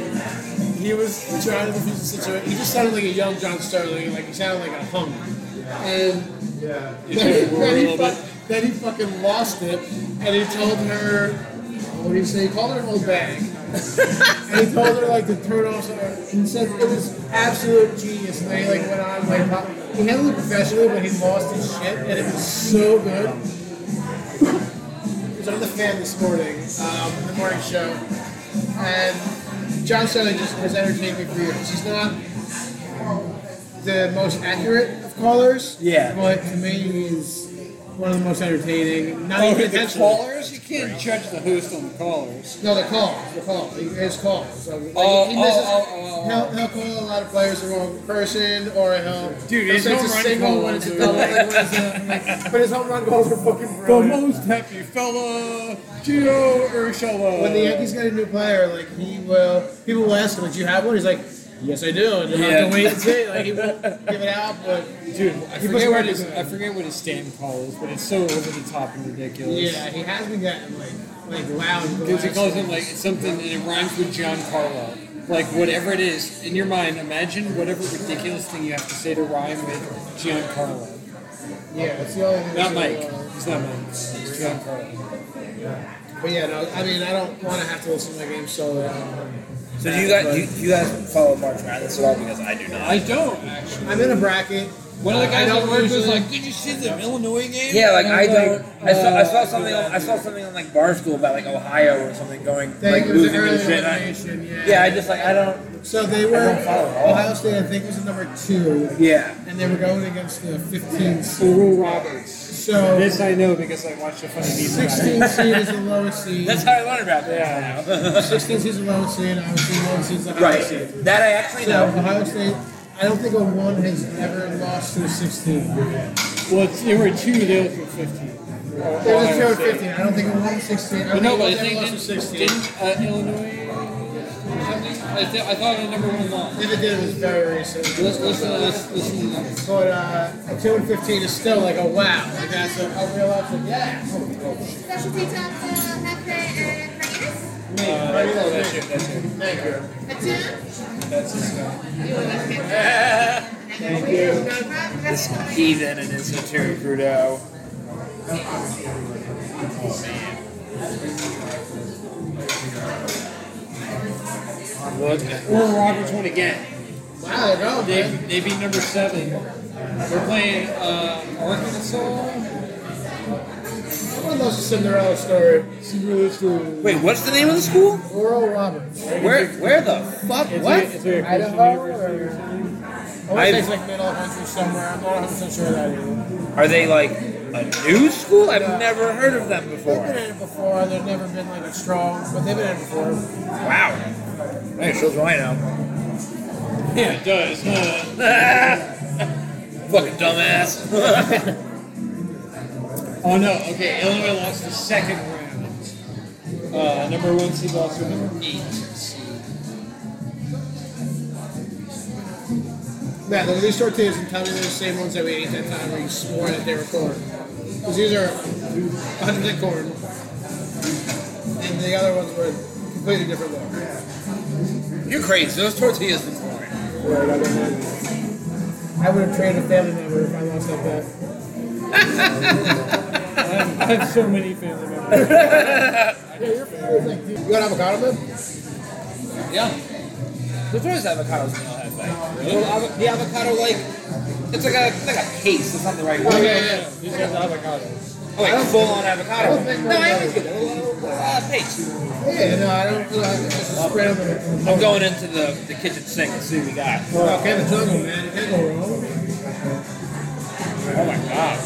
[SPEAKER 2] he was trying to defuse the situation. He just sounded like a young John Sterling, like he sounded like a hunk. And then, then he fu- then he fucking lost it, and he told her, what do you say? He called her an old bag. and he told her like to turn off. some- He said it was absolute genius. And they like went on like pop- he handled it professionally, but he lost his shit, and it was so good. I was on the fan this morning, um, the morning show, and John Sterling just has entertained me for years. He's not the most accurate of callers,
[SPEAKER 3] Yeah.
[SPEAKER 2] but to me he's one of the most entertaining. Not
[SPEAKER 1] Oh,
[SPEAKER 2] even
[SPEAKER 1] the
[SPEAKER 2] intentionally.
[SPEAKER 1] callers? You can't judge the host on the callers.
[SPEAKER 2] No, the call, the call, his call. So, like,
[SPEAKER 1] Oh,
[SPEAKER 2] he misses,
[SPEAKER 1] oh, oh, oh,
[SPEAKER 2] He'll, he'll call a lot of players the wrong person, or he'll
[SPEAKER 1] Dude,
[SPEAKER 2] he'll
[SPEAKER 1] his
[SPEAKER 2] say
[SPEAKER 1] home
[SPEAKER 2] it's a
[SPEAKER 1] run
[SPEAKER 2] single
[SPEAKER 1] goal
[SPEAKER 2] when it's a
[SPEAKER 1] was-
[SPEAKER 2] double, like, when it's a- but his home run goals were fucking brilliant.
[SPEAKER 1] most happy fella, Gio Urshela.
[SPEAKER 2] When the Yankees get a new player, like he will, people will ask him, "Do you have one?" He's like, "Yes, I do." And you
[SPEAKER 3] Yeah.
[SPEAKER 2] have to wait and see. Like he won't give it out, but
[SPEAKER 1] Dude, I
[SPEAKER 2] He must
[SPEAKER 1] forget, what
[SPEAKER 2] work
[SPEAKER 1] his,
[SPEAKER 2] his-
[SPEAKER 1] I forget what his stand call is, but it's so over the top and ridiculous.
[SPEAKER 2] yeah, he has been getting like like loud. the
[SPEAKER 1] Because he
[SPEAKER 2] last-
[SPEAKER 1] calls him like it's something and it rhymes with Giancarlo. Like whatever it is, in your mind, imagine whatever ridiculous thing you have to say to rhyme with Giancarlo.
[SPEAKER 2] yeah, it's the only thing
[SPEAKER 1] Not
[SPEAKER 2] that's,
[SPEAKER 1] Mike.
[SPEAKER 2] uh,
[SPEAKER 1] It's not Mike. It's Giancarlo.
[SPEAKER 2] But yeah, no, I mean, I don't want to have to listen to my game um, solo.
[SPEAKER 3] So do you guys do you, do you guys follow March Madness at all? Because I do not.
[SPEAKER 1] I don't actually.
[SPEAKER 2] I'm in a bracket. Uh,
[SPEAKER 1] One of the guys
[SPEAKER 2] I
[SPEAKER 1] at
[SPEAKER 2] don't
[SPEAKER 1] work was
[SPEAKER 2] usually-
[SPEAKER 1] like, "Did you see the Illinois game?"
[SPEAKER 3] Yeah, like
[SPEAKER 1] And
[SPEAKER 3] I
[SPEAKER 1] was
[SPEAKER 3] don't. I saw, I saw
[SPEAKER 1] uh,
[SPEAKER 3] something. On, I saw something on like Barstool about like Ohio or something going
[SPEAKER 2] They,
[SPEAKER 3] like
[SPEAKER 2] it was an
[SPEAKER 3] losing
[SPEAKER 2] early
[SPEAKER 3] and shit. and I-
[SPEAKER 2] elimination, yeah.
[SPEAKER 3] Yeah, I just like I don't.
[SPEAKER 2] So they were
[SPEAKER 3] don't follow at all.
[SPEAKER 2] Ohio State, I think, was the number two,
[SPEAKER 3] Yeah,
[SPEAKER 2] and they were going against the 15 seed.
[SPEAKER 1] Oral Roberts.
[SPEAKER 2] So
[SPEAKER 1] This I know because I watched a funny video. about it.
[SPEAKER 2] 16 seed is the lowest seed.
[SPEAKER 3] that's how I learned about that.
[SPEAKER 4] Uh,
[SPEAKER 1] Yeah.
[SPEAKER 2] 16 seed is the lowest seed. Obviously, one seed is the
[SPEAKER 3] Right.
[SPEAKER 2] highest seed.
[SPEAKER 3] That I actually
[SPEAKER 2] So
[SPEAKER 3] know.
[SPEAKER 2] Ohio State, I don't think a one has ever lost to a 16.
[SPEAKER 1] Well, it's, they were two deals with fifteen. Ohio
[SPEAKER 2] There's a two
[SPEAKER 1] State.
[SPEAKER 2] hundred fifteen. I don't think it was sixteen. I
[SPEAKER 1] But no, but
[SPEAKER 2] think
[SPEAKER 1] I
[SPEAKER 2] it
[SPEAKER 1] think
[SPEAKER 2] was
[SPEAKER 1] didn't,
[SPEAKER 2] sixteen.
[SPEAKER 1] didn't uh, Illinois or something? I, th- I thought it was number one law.
[SPEAKER 2] If it did, it was very recent.
[SPEAKER 1] Let's listen to this. Listen to the numbers.
[SPEAKER 2] But uh, a two and fifteen is still like a wow. Like that's a, a real upset. Yeah.
[SPEAKER 5] Specialty top uh, Hefe and Hernandez.
[SPEAKER 1] Uh,
[SPEAKER 2] Right,
[SPEAKER 1] oh,
[SPEAKER 2] right,
[SPEAKER 1] that's it.
[SPEAKER 2] right.
[SPEAKER 1] That's it.
[SPEAKER 2] Thank you.
[SPEAKER 5] A two.
[SPEAKER 1] That's his guy.
[SPEAKER 5] Thank you. That's fine.
[SPEAKER 3] Heathen and his Terry Crudo.
[SPEAKER 1] Look, Oral Roberts won again.
[SPEAKER 2] Wow, they're going,
[SPEAKER 1] They,
[SPEAKER 2] man.
[SPEAKER 1] they beat number seven. We're playing uh, Arkansas.
[SPEAKER 2] One of those Cinderella story.
[SPEAKER 1] Cinderella School.
[SPEAKER 3] Wait, what's the name of the school?
[SPEAKER 2] Oral Roberts.
[SPEAKER 3] Where where the fuck? What?
[SPEAKER 4] Is there a Christian
[SPEAKER 2] Idaho
[SPEAKER 4] university
[SPEAKER 2] or-
[SPEAKER 4] or something?
[SPEAKER 2] I want to say
[SPEAKER 3] I've-
[SPEAKER 2] it's like middle country somewhere. I'm not 100 percent sure of that either.
[SPEAKER 3] Are they like a new school? I've never heard of them
[SPEAKER 2] They've been
[SPEAKER 3] before.
[SPEAKER 2] in it before. They've never been like a strong, but they've been in it before.
[SPEAKER 3] Wow. That shows what I know.
[SPEAKER 1] Yeah, it does. huh?
[SPEAKER 3] Fucking dumbass.
[SPEAKER 1] oh no. Okay, Illinois lost the second round. Uh, number one seed lost to number eight seed.
[SPEAKER 2] Yeah, look at these tortillas and tell me they're the same ones that we ate that time where you swore that they were corn. Because these are 100% corn. And the other ones were completely different look.
[SPEAKER 3] You're crazy. Those tortillas were corn.
[SPEAKER 2] I would have traded a family member if I lost that bet.
[SPEAKER 4] I have, I have so many family members.
[SPEAKER 2] You got avocado, man?
[SPEAKER 3] Yeah. Those tortillas avocados we all have like. Well, avo- the avocado like it's like a it's like a paste. It's not the right word.
[SPEAKER 2] yeah,
[SPEAKER 4] These guys are avocados.
[SPEAKER 3] Oh, wait, full on avocado.
[SPEAKER 2] I don't think
[SPEAKER 3] no, I
[SPEAKER 2] we're
[SPEAKER 3] always get a little, little uh, paste.
[SPEAKER 2] yeah. Yeah, no, I don't feel like it's just a spread them.
[SPEAKER 3] I'm going into the, the kitchen sink and see what we got.
[SPEAKER 2] Oh, Kevin Jungle, man. You can't go wrong.
[SPEAKER 3] Oh my god.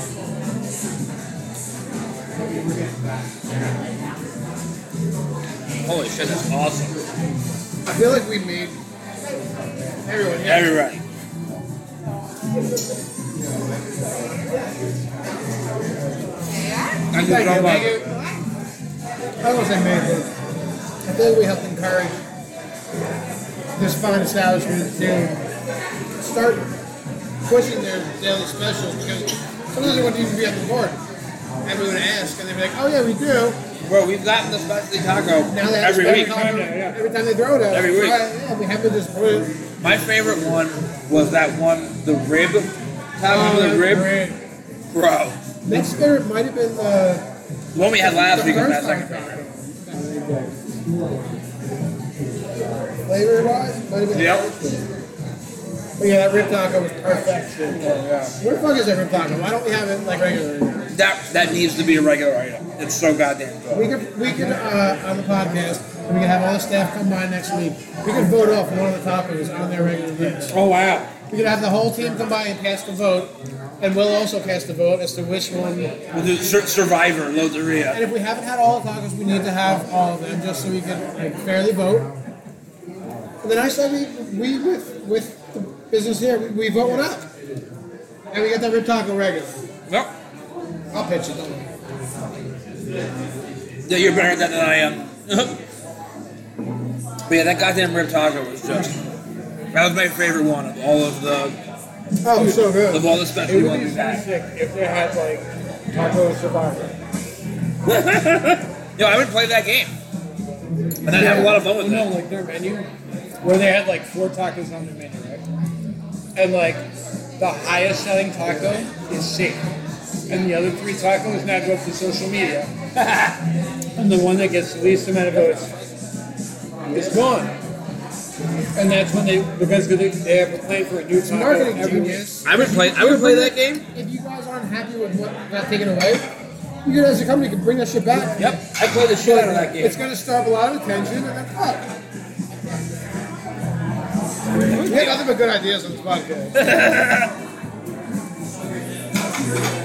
[SPEAKER 3] Holy shit, that's awesome.
[SPEAKER 2] I feel like we made everyone here.
[SPEAKER 3] Everybody. Thank you,
[SPEAKER 2] Thank you,
[SPEAKER 3] Trumbo.
[SPEAKER 2] thank you. I don't say made, but I feel like we helped encourage this fine establishment to start pushing their daily specials because sometimes they wouldn't even be at the board. And we would ask, and they'd be like, "Oh yeah, we do."
[SPEAKER 3] Bro, we've gotten the specialty taco
[SPEAKER 2] Now they have
[SPEAKER 3] every
[SPEAKER 2] a
[SPEAKER 3] week.
[SPEAKER 2] special taco every time they throw it at us.
[SPEAKER 3] Every week.
[SPEAKER 2] Right, yeah, we have to just put it.
[SPEAKER 3] My favorite one was that one, the rib. Taco
[SPEAKER 2] Uh,
[SPEAKER 3] with Oh, the rib. Bro.
[SPEAKER 2] Next favorite might have been the,
[SPEAKER 3] The one we had last
[SPEAKER 2] the
[SPEAKER 3] week was
[SPEAKER 2] first
[SPEAKER 3] that second
[SPEAKER 2] taco.
[SPEAKER 3] favorite.
[SPEAKER 2] Flavor wise, might have been.
[SPEAKER 3] Yep.
[SPEAKER 2] But yeah, that rib taco was perfection. Where the fuck is that rib taco? Why don't we have it like regularly?
[SPEAKER 3] That that needs to be a regular item. It's so goddamn good.
[SPEAKER 2] We could, we could uh, on the podcast, we could have all the staff come by next week. We could vote off one of the tacos on their regular list.
[SPEAKER 1] Oh wow.
[SPEAKER 2] We could have the whole team come by and cast a vote, and we'll also cast a vote as to which one. And
[SPEAKER 3] We'll do Sur- Survivor, Loteria.
[SPEAKER 2] if we haven't had all the tacos, we need to have all of them just so we can like, fairly vote. And the nice thing we, we with with the business here, we, we vote one up, and we get that rib taco regular.
[SPEAKER 3] Yep.
[SPEAKER 2] I'll pitch it. Don't worry.
[SPEAKER 3] Yeah, you're better at that than I am. but yeah, that goddamn rib taco was just. That was my favorite one of all of the
[SPEAKER 2] Oh, so good.
[SPEAKER 3] of all the
[SPEAKER 4] It
[SPEAKER 3] specialty
[SPEAKER 4] would
[SPEAKER 3] ones
[SPEAKER 4] be
[SPEAKER 3] we've had.
[SPEAKER 4] sick if they had like Taco Survivor.
[SPEAKER 3] Yo, I would play that game, and I'd have a lot of fun with
[SPEAKER 4] No,
[SPEAKER 3] it.
[SPEAKER 4] like their menu, where they had like four tacos on their menu, right? And like the highest selling taco is safe, and the other three tacos now go up to social media, and the one that gets the least amount of votes is gone. And that's when they because they, they have a plan for a new taco
[SPEAKER 2] Marketing
[SPEAKER 4] every week.
[SPEAKER 2] genius.
[SPEAKER 3] I would play. I would play that game.
[SPEAKER 2] If you guys aren't happy with what got taken away, you guys as a company can bring that shit back.
[SPEAKER 3] Yep, I played the shit out of that game.
[SPEAKER 2] It's gonna stop a lot of attention and then fuck. We had nothing but good ideas on this podcast.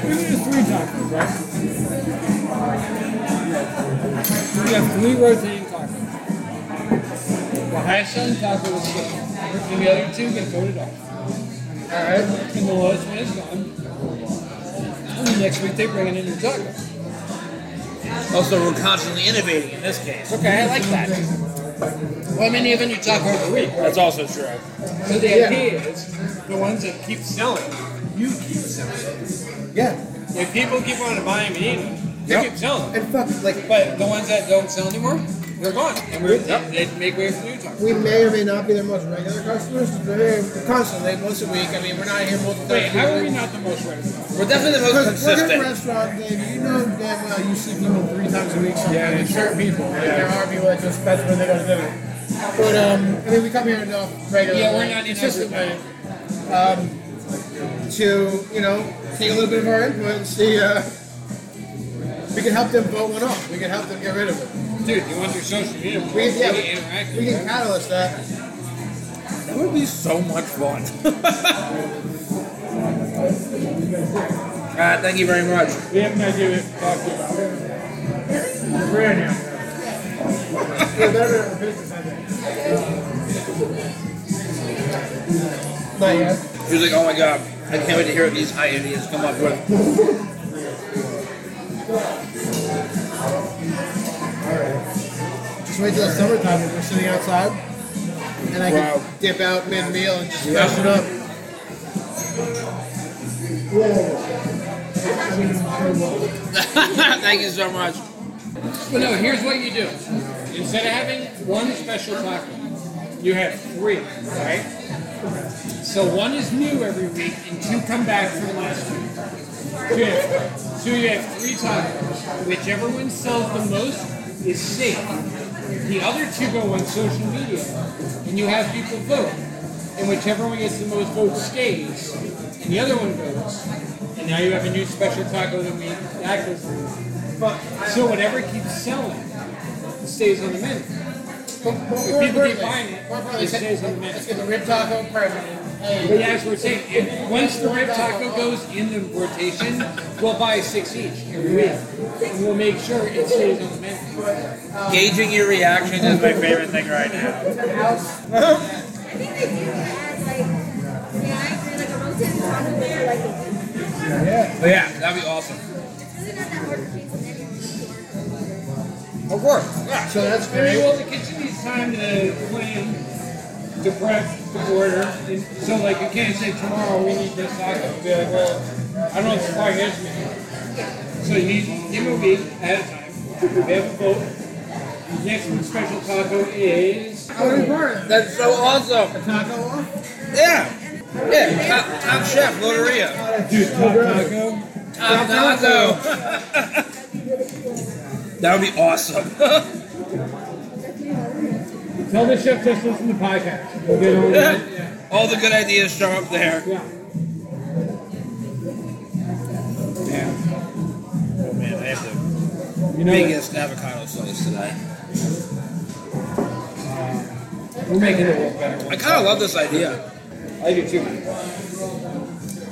[SPEAKER 4] We have three tacos, right? We have three rotating tacos. The highest selling taco is good, and the other two get voted off.
[SPEAKER 2] Alright.
[SPEAKER 4] And the lowest one is gone. And the next week they bring in a new taco.
[SPEAKER 3] Also, we're constantly innovating in this case. Okay, I like that. Well, I mean, even you talk over the week. That's also true.
[SPEAKER 1] So the
[SPEAKER 2] Yeah.
[SPEAKER 1] idea is the ones that keep selling, you keep selling.
[SPEAKER 2] Yeah.
[SPEAKER 1] If people keep on buying and eating, you
[SPEAKER 2] Yep.
[SPEAKER 1] keep selling.
[SPEAKER 2] And fuck, like,
[SPEAKER 1] But the ones that don't sell anymore, they're gone. And we're, they, they make way for new tacos.
[SPEAKER 2] we may or may not be their most regular customers. but They're constantly, once a week. I mean, we're not here multiple
[SPEAKER 1] Wait,
[SPEAKER 2] times.
[SPEAKER 1] how are we not the most regular?
[SPEAKER 3] We're definitely the most
[SPEAKER 2] Because we're in a
[SPEAKER 3] consistent.
[SPEAKER 2] restaurant, Dave. You know damn well you see people three times a week. Yeah, it's certain people. Like, There are people that just that's when they go to dinner. But um, I mean, we come here enough regularly,
[SPEAKER 1] Yeah, we're not in
[SPEAKER 2] consistently, um, to you know take a little bit of our input and see. Uh, we can help them vote one off. We can help them get rid of it.
[SPEAKER 1] Dude, you want your social media
[SPEAKER 2] We
[SPEAKER 1] we,
[SPEAKER 2] can, yeah,
[SPEAKER 1] interact
[SPEAKER 2] we, we
[SPEAKER 1] with
[SPEAKER 2] can catalyst that.
[SPEAKER 3] That would be so much fun. uh, thank you very much.
[SPEAKER 4] We have an idea what to talk about.
[SPEAKER 2] You're better at business, I think. Not yet.
[SPEAKER 3] He was like, "Oh my god, I can't wait to hear what these high ideas come up with."
[SPEAKER 2] Just wait till the summertime when we're sitting outside, and I
[SPEAKER 3] Wow.
[SPEAKER 2] can dip out mid meal and just mess it up.
[SPEAKER 3] thank you so much.
[SPEAKER 1] But no, here's what you do. Instead of having one special taco, you have three, right? So one is new every week, and two come back from last week. Two have, so you have three tacos. Whichever one sells the most is safe. The other two go on social media, and you have people vote. And whichever one gets the most votes stays, and the other one goes. And now you have a new special taco that we act as. But so whatever keeps selling stays on the menu.
[SPEAKER 2] But, but
[SPEAKER 1] people
[SPEAKER 2] more
[SPEAKER 1] keep
[SPEAKER 2] importantly,
[SPEAKER 1] buying it,
[SPEAKER 2] more importantly,
[SPEAKER 1] it stays
[SPEAKER 2] let's,
[SPEAKER 1] on the menu.
[SPEAKER 2] let's get the rib taco permanent. Hey,
[SPEAKER 1] But yeah, as we're saying, if, once the rib taco goes in the rotation, we'll buy six each every week. And we'll make sure it stays on the menu.
[SPEAKER 3] Gauging your reaction is my favorite thing right now.
[SPEAKER 5] I think they do add like, they add like a rotating taco for like a week.
[SPEAKER 3] But yeah, that'd be awesome.
[SPEAKER 5] It's really not that hard to change the menu.
[SPEAKER 3] Of course. Yeah.
[SPEAKER 2] so that's
[SPEAKER 1] All right,
[SPEAKER 2] great.
[SPEAKER 1] well, the kitchen needs time to plan, to prep, to order. And so, like, you can't say tomorrow we need this taco. Be like, well, I don't know if the fire is me. So you need give them a week ahead of time. They have a vote. Next one's special taco is.
[SPEAKER 2] How important.
[SPEAKER 3] That's so awesome.
[SPEAKER 2] Taco off.
[SPEAKER 3] Yeah. Yeah. Top, top chef, Loteria.
[SPEAKER 1] Dude, top taco.
[SPEAKER 3] Top taco. that would be awesome.
[SPEAKER 1] Tell the chef just listen to the podcast. We'll get on it.
[SPEAKER 3] All the good ideas show up there.
[SPEAKER 1] Yeah.
[SPEAKER 3] Oh man, I have the
[SPEAKER 1] You know,
[SPEAKER 3] biggest avocado slice today.
[SPEAKER 1] we're making it work better.
[SPEAKER 3] I kind of love this idea.
[SPEAKER 1] I do too. man.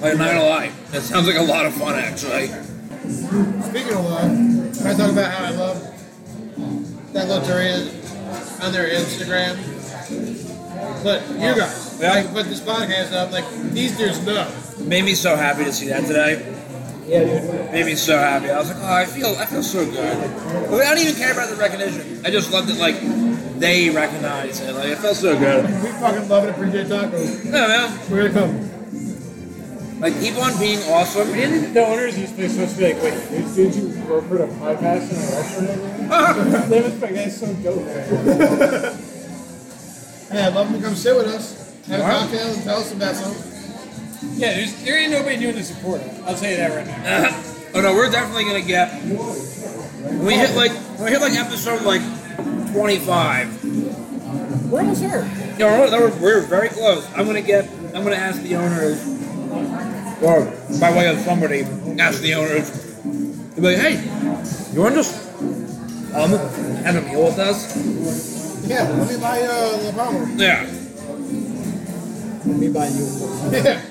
[SPEAKER 3] Like, I'm not gonna lie. That sounds like a lot of fun, actually.
[SPEAKER 2] Speaking of love, I talk about how I love that Loteria on their Instagram. But you guys,
[SPEAKER 3] Yeah.
[SPEAKER 2] I can put this podcast up. Like these dudes know.
[SPEAKER 3] Made me so happy to see that today. Yeah, dude. Made me so happy. I was like, oh, I feel, I feel so good. But I don't even care about the recognition. I just loved it. Like, they recognize it. Like, it felt so good.
[SPEAKER 2] We fucking love and appreciate tacos.
[SPEAKER 3] Yeah, man.
[SPEAKER 2] We're gonna come.
[SPEAKER 3] Like, keep on being awesome.
[SPEAKER 4] We didn't the owners of this place supposed to be like, wait, these dudes who work for a podcast and a restaurant over there? They was like, that's so dope. man."
[SPEAKER 2] Hey, I'd love them to come sit with us, have a
[SPEAKER 3] Wow.
[SPEAKER 2] cocktail, and tell us about something.
[SPEAKER 1] Yeah, there's, there ain't nobody doing the support. I'll tell you that right now.
[SPEAKER 3] oh no, we're definitely gonna get. When we hit like, when we hit like episode like twenty-five. We're almost here. No, we're, no, we're, we're very close. I'm gonna get. I'm gonna ask the owners, or by way of somebody, ask the owners. They'll be like, hey, you want to just um have a meal with us?
[SPEAKER 2] Yeah, let me buy uh, the bomber.
[SPEAKER 3] Yeah.
[SPEAKER 2] Yeah.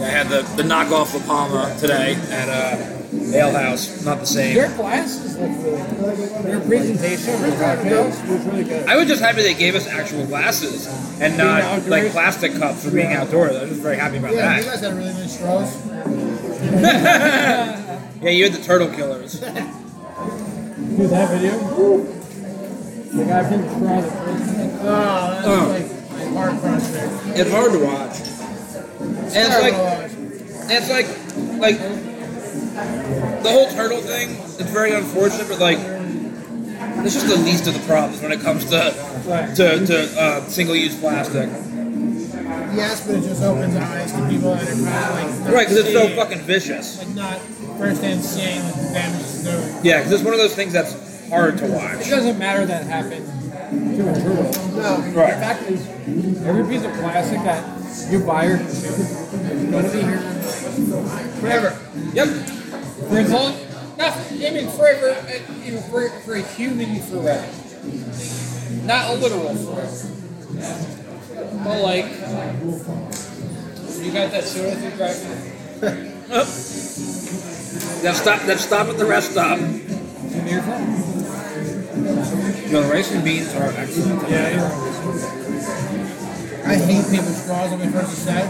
[SPEAKER 3] I had the, the knockoff La Palma today at uh, Ale House. Not the same.
[SPEAKER 1] Your glasses look really good. Your presentation for cocktails was really good.
[SPEAKER 3] I was just happy they gave us actual glasses and not
[SPEAKER 1] outdoors.
[SPEAKER 3] like plastic cups for being outdoors. I was just very happy about
[SPEAKER 2] Yeah, you
[SPEAKER 3] that.
[SPEAKER 2] guys had Oh, really nice straws.
[SPEAKER 3] Yeah, you had the turtle killers.
[SPEAKER 1] Do that video? The guy from the front.
[SPEAKER 2] Oh, that's
[SPEAKER 3] Oh.
[SPEAKER 2] like my heart crunch there.
[SPEAKER 3] It's hard to watch. And it's
[SPEAKER 2] Terrible
[SPEAKER 3] like
[SPEAKER 2] watch.
[SPEAKER 3] and it's like like the whole turtle thing. It's very unfortunate, but like it's just the least of the problems when it comes to
[SPEAKER 1] Right.
[SPEAKER 3] to, to uh, single use plastic.
[SPEAKER 2] Yes, but it just opens eyes to people that are kind of like not
[SPEAKER 3] Right, because it's so
[SPEAKER 2] seeing,
[SPEAKER 3] fucking vicious.
[SPEAKER 2] like not firsthand seeing like, the damage it's doing.
[SPEAKER 3] Yeah, because it's one of those things that's hard to
[SPEAKER 1] It
[SPEAKER 3] watch.
[SPEAKER 1] doesn't matter that happened to a turtle.
[SPEAKER 2] No,
[SPEAKER 1] The
[SPEAKER 3] Right.
[SPEAKER 1] fact is, every piece of plastic that you buy or consume is going to be here forever.
[SPEAKER 3] Yep.
[SPEAKER 1] For as long, not, I mean, forever, uh, you know, for, for a human forever. Not a literal forever. But like, you got that soda through drive
[SPEAKER 3] Up. That stop. That stop at the rest stop. You
[SPEAKER 1] in your phone.
[SPEAKER 3] know, the rice and beans are excellent.
[SPEAKER 1] Yeah, you're right.
[SPEAKER 2] I hate people's straws on my first set,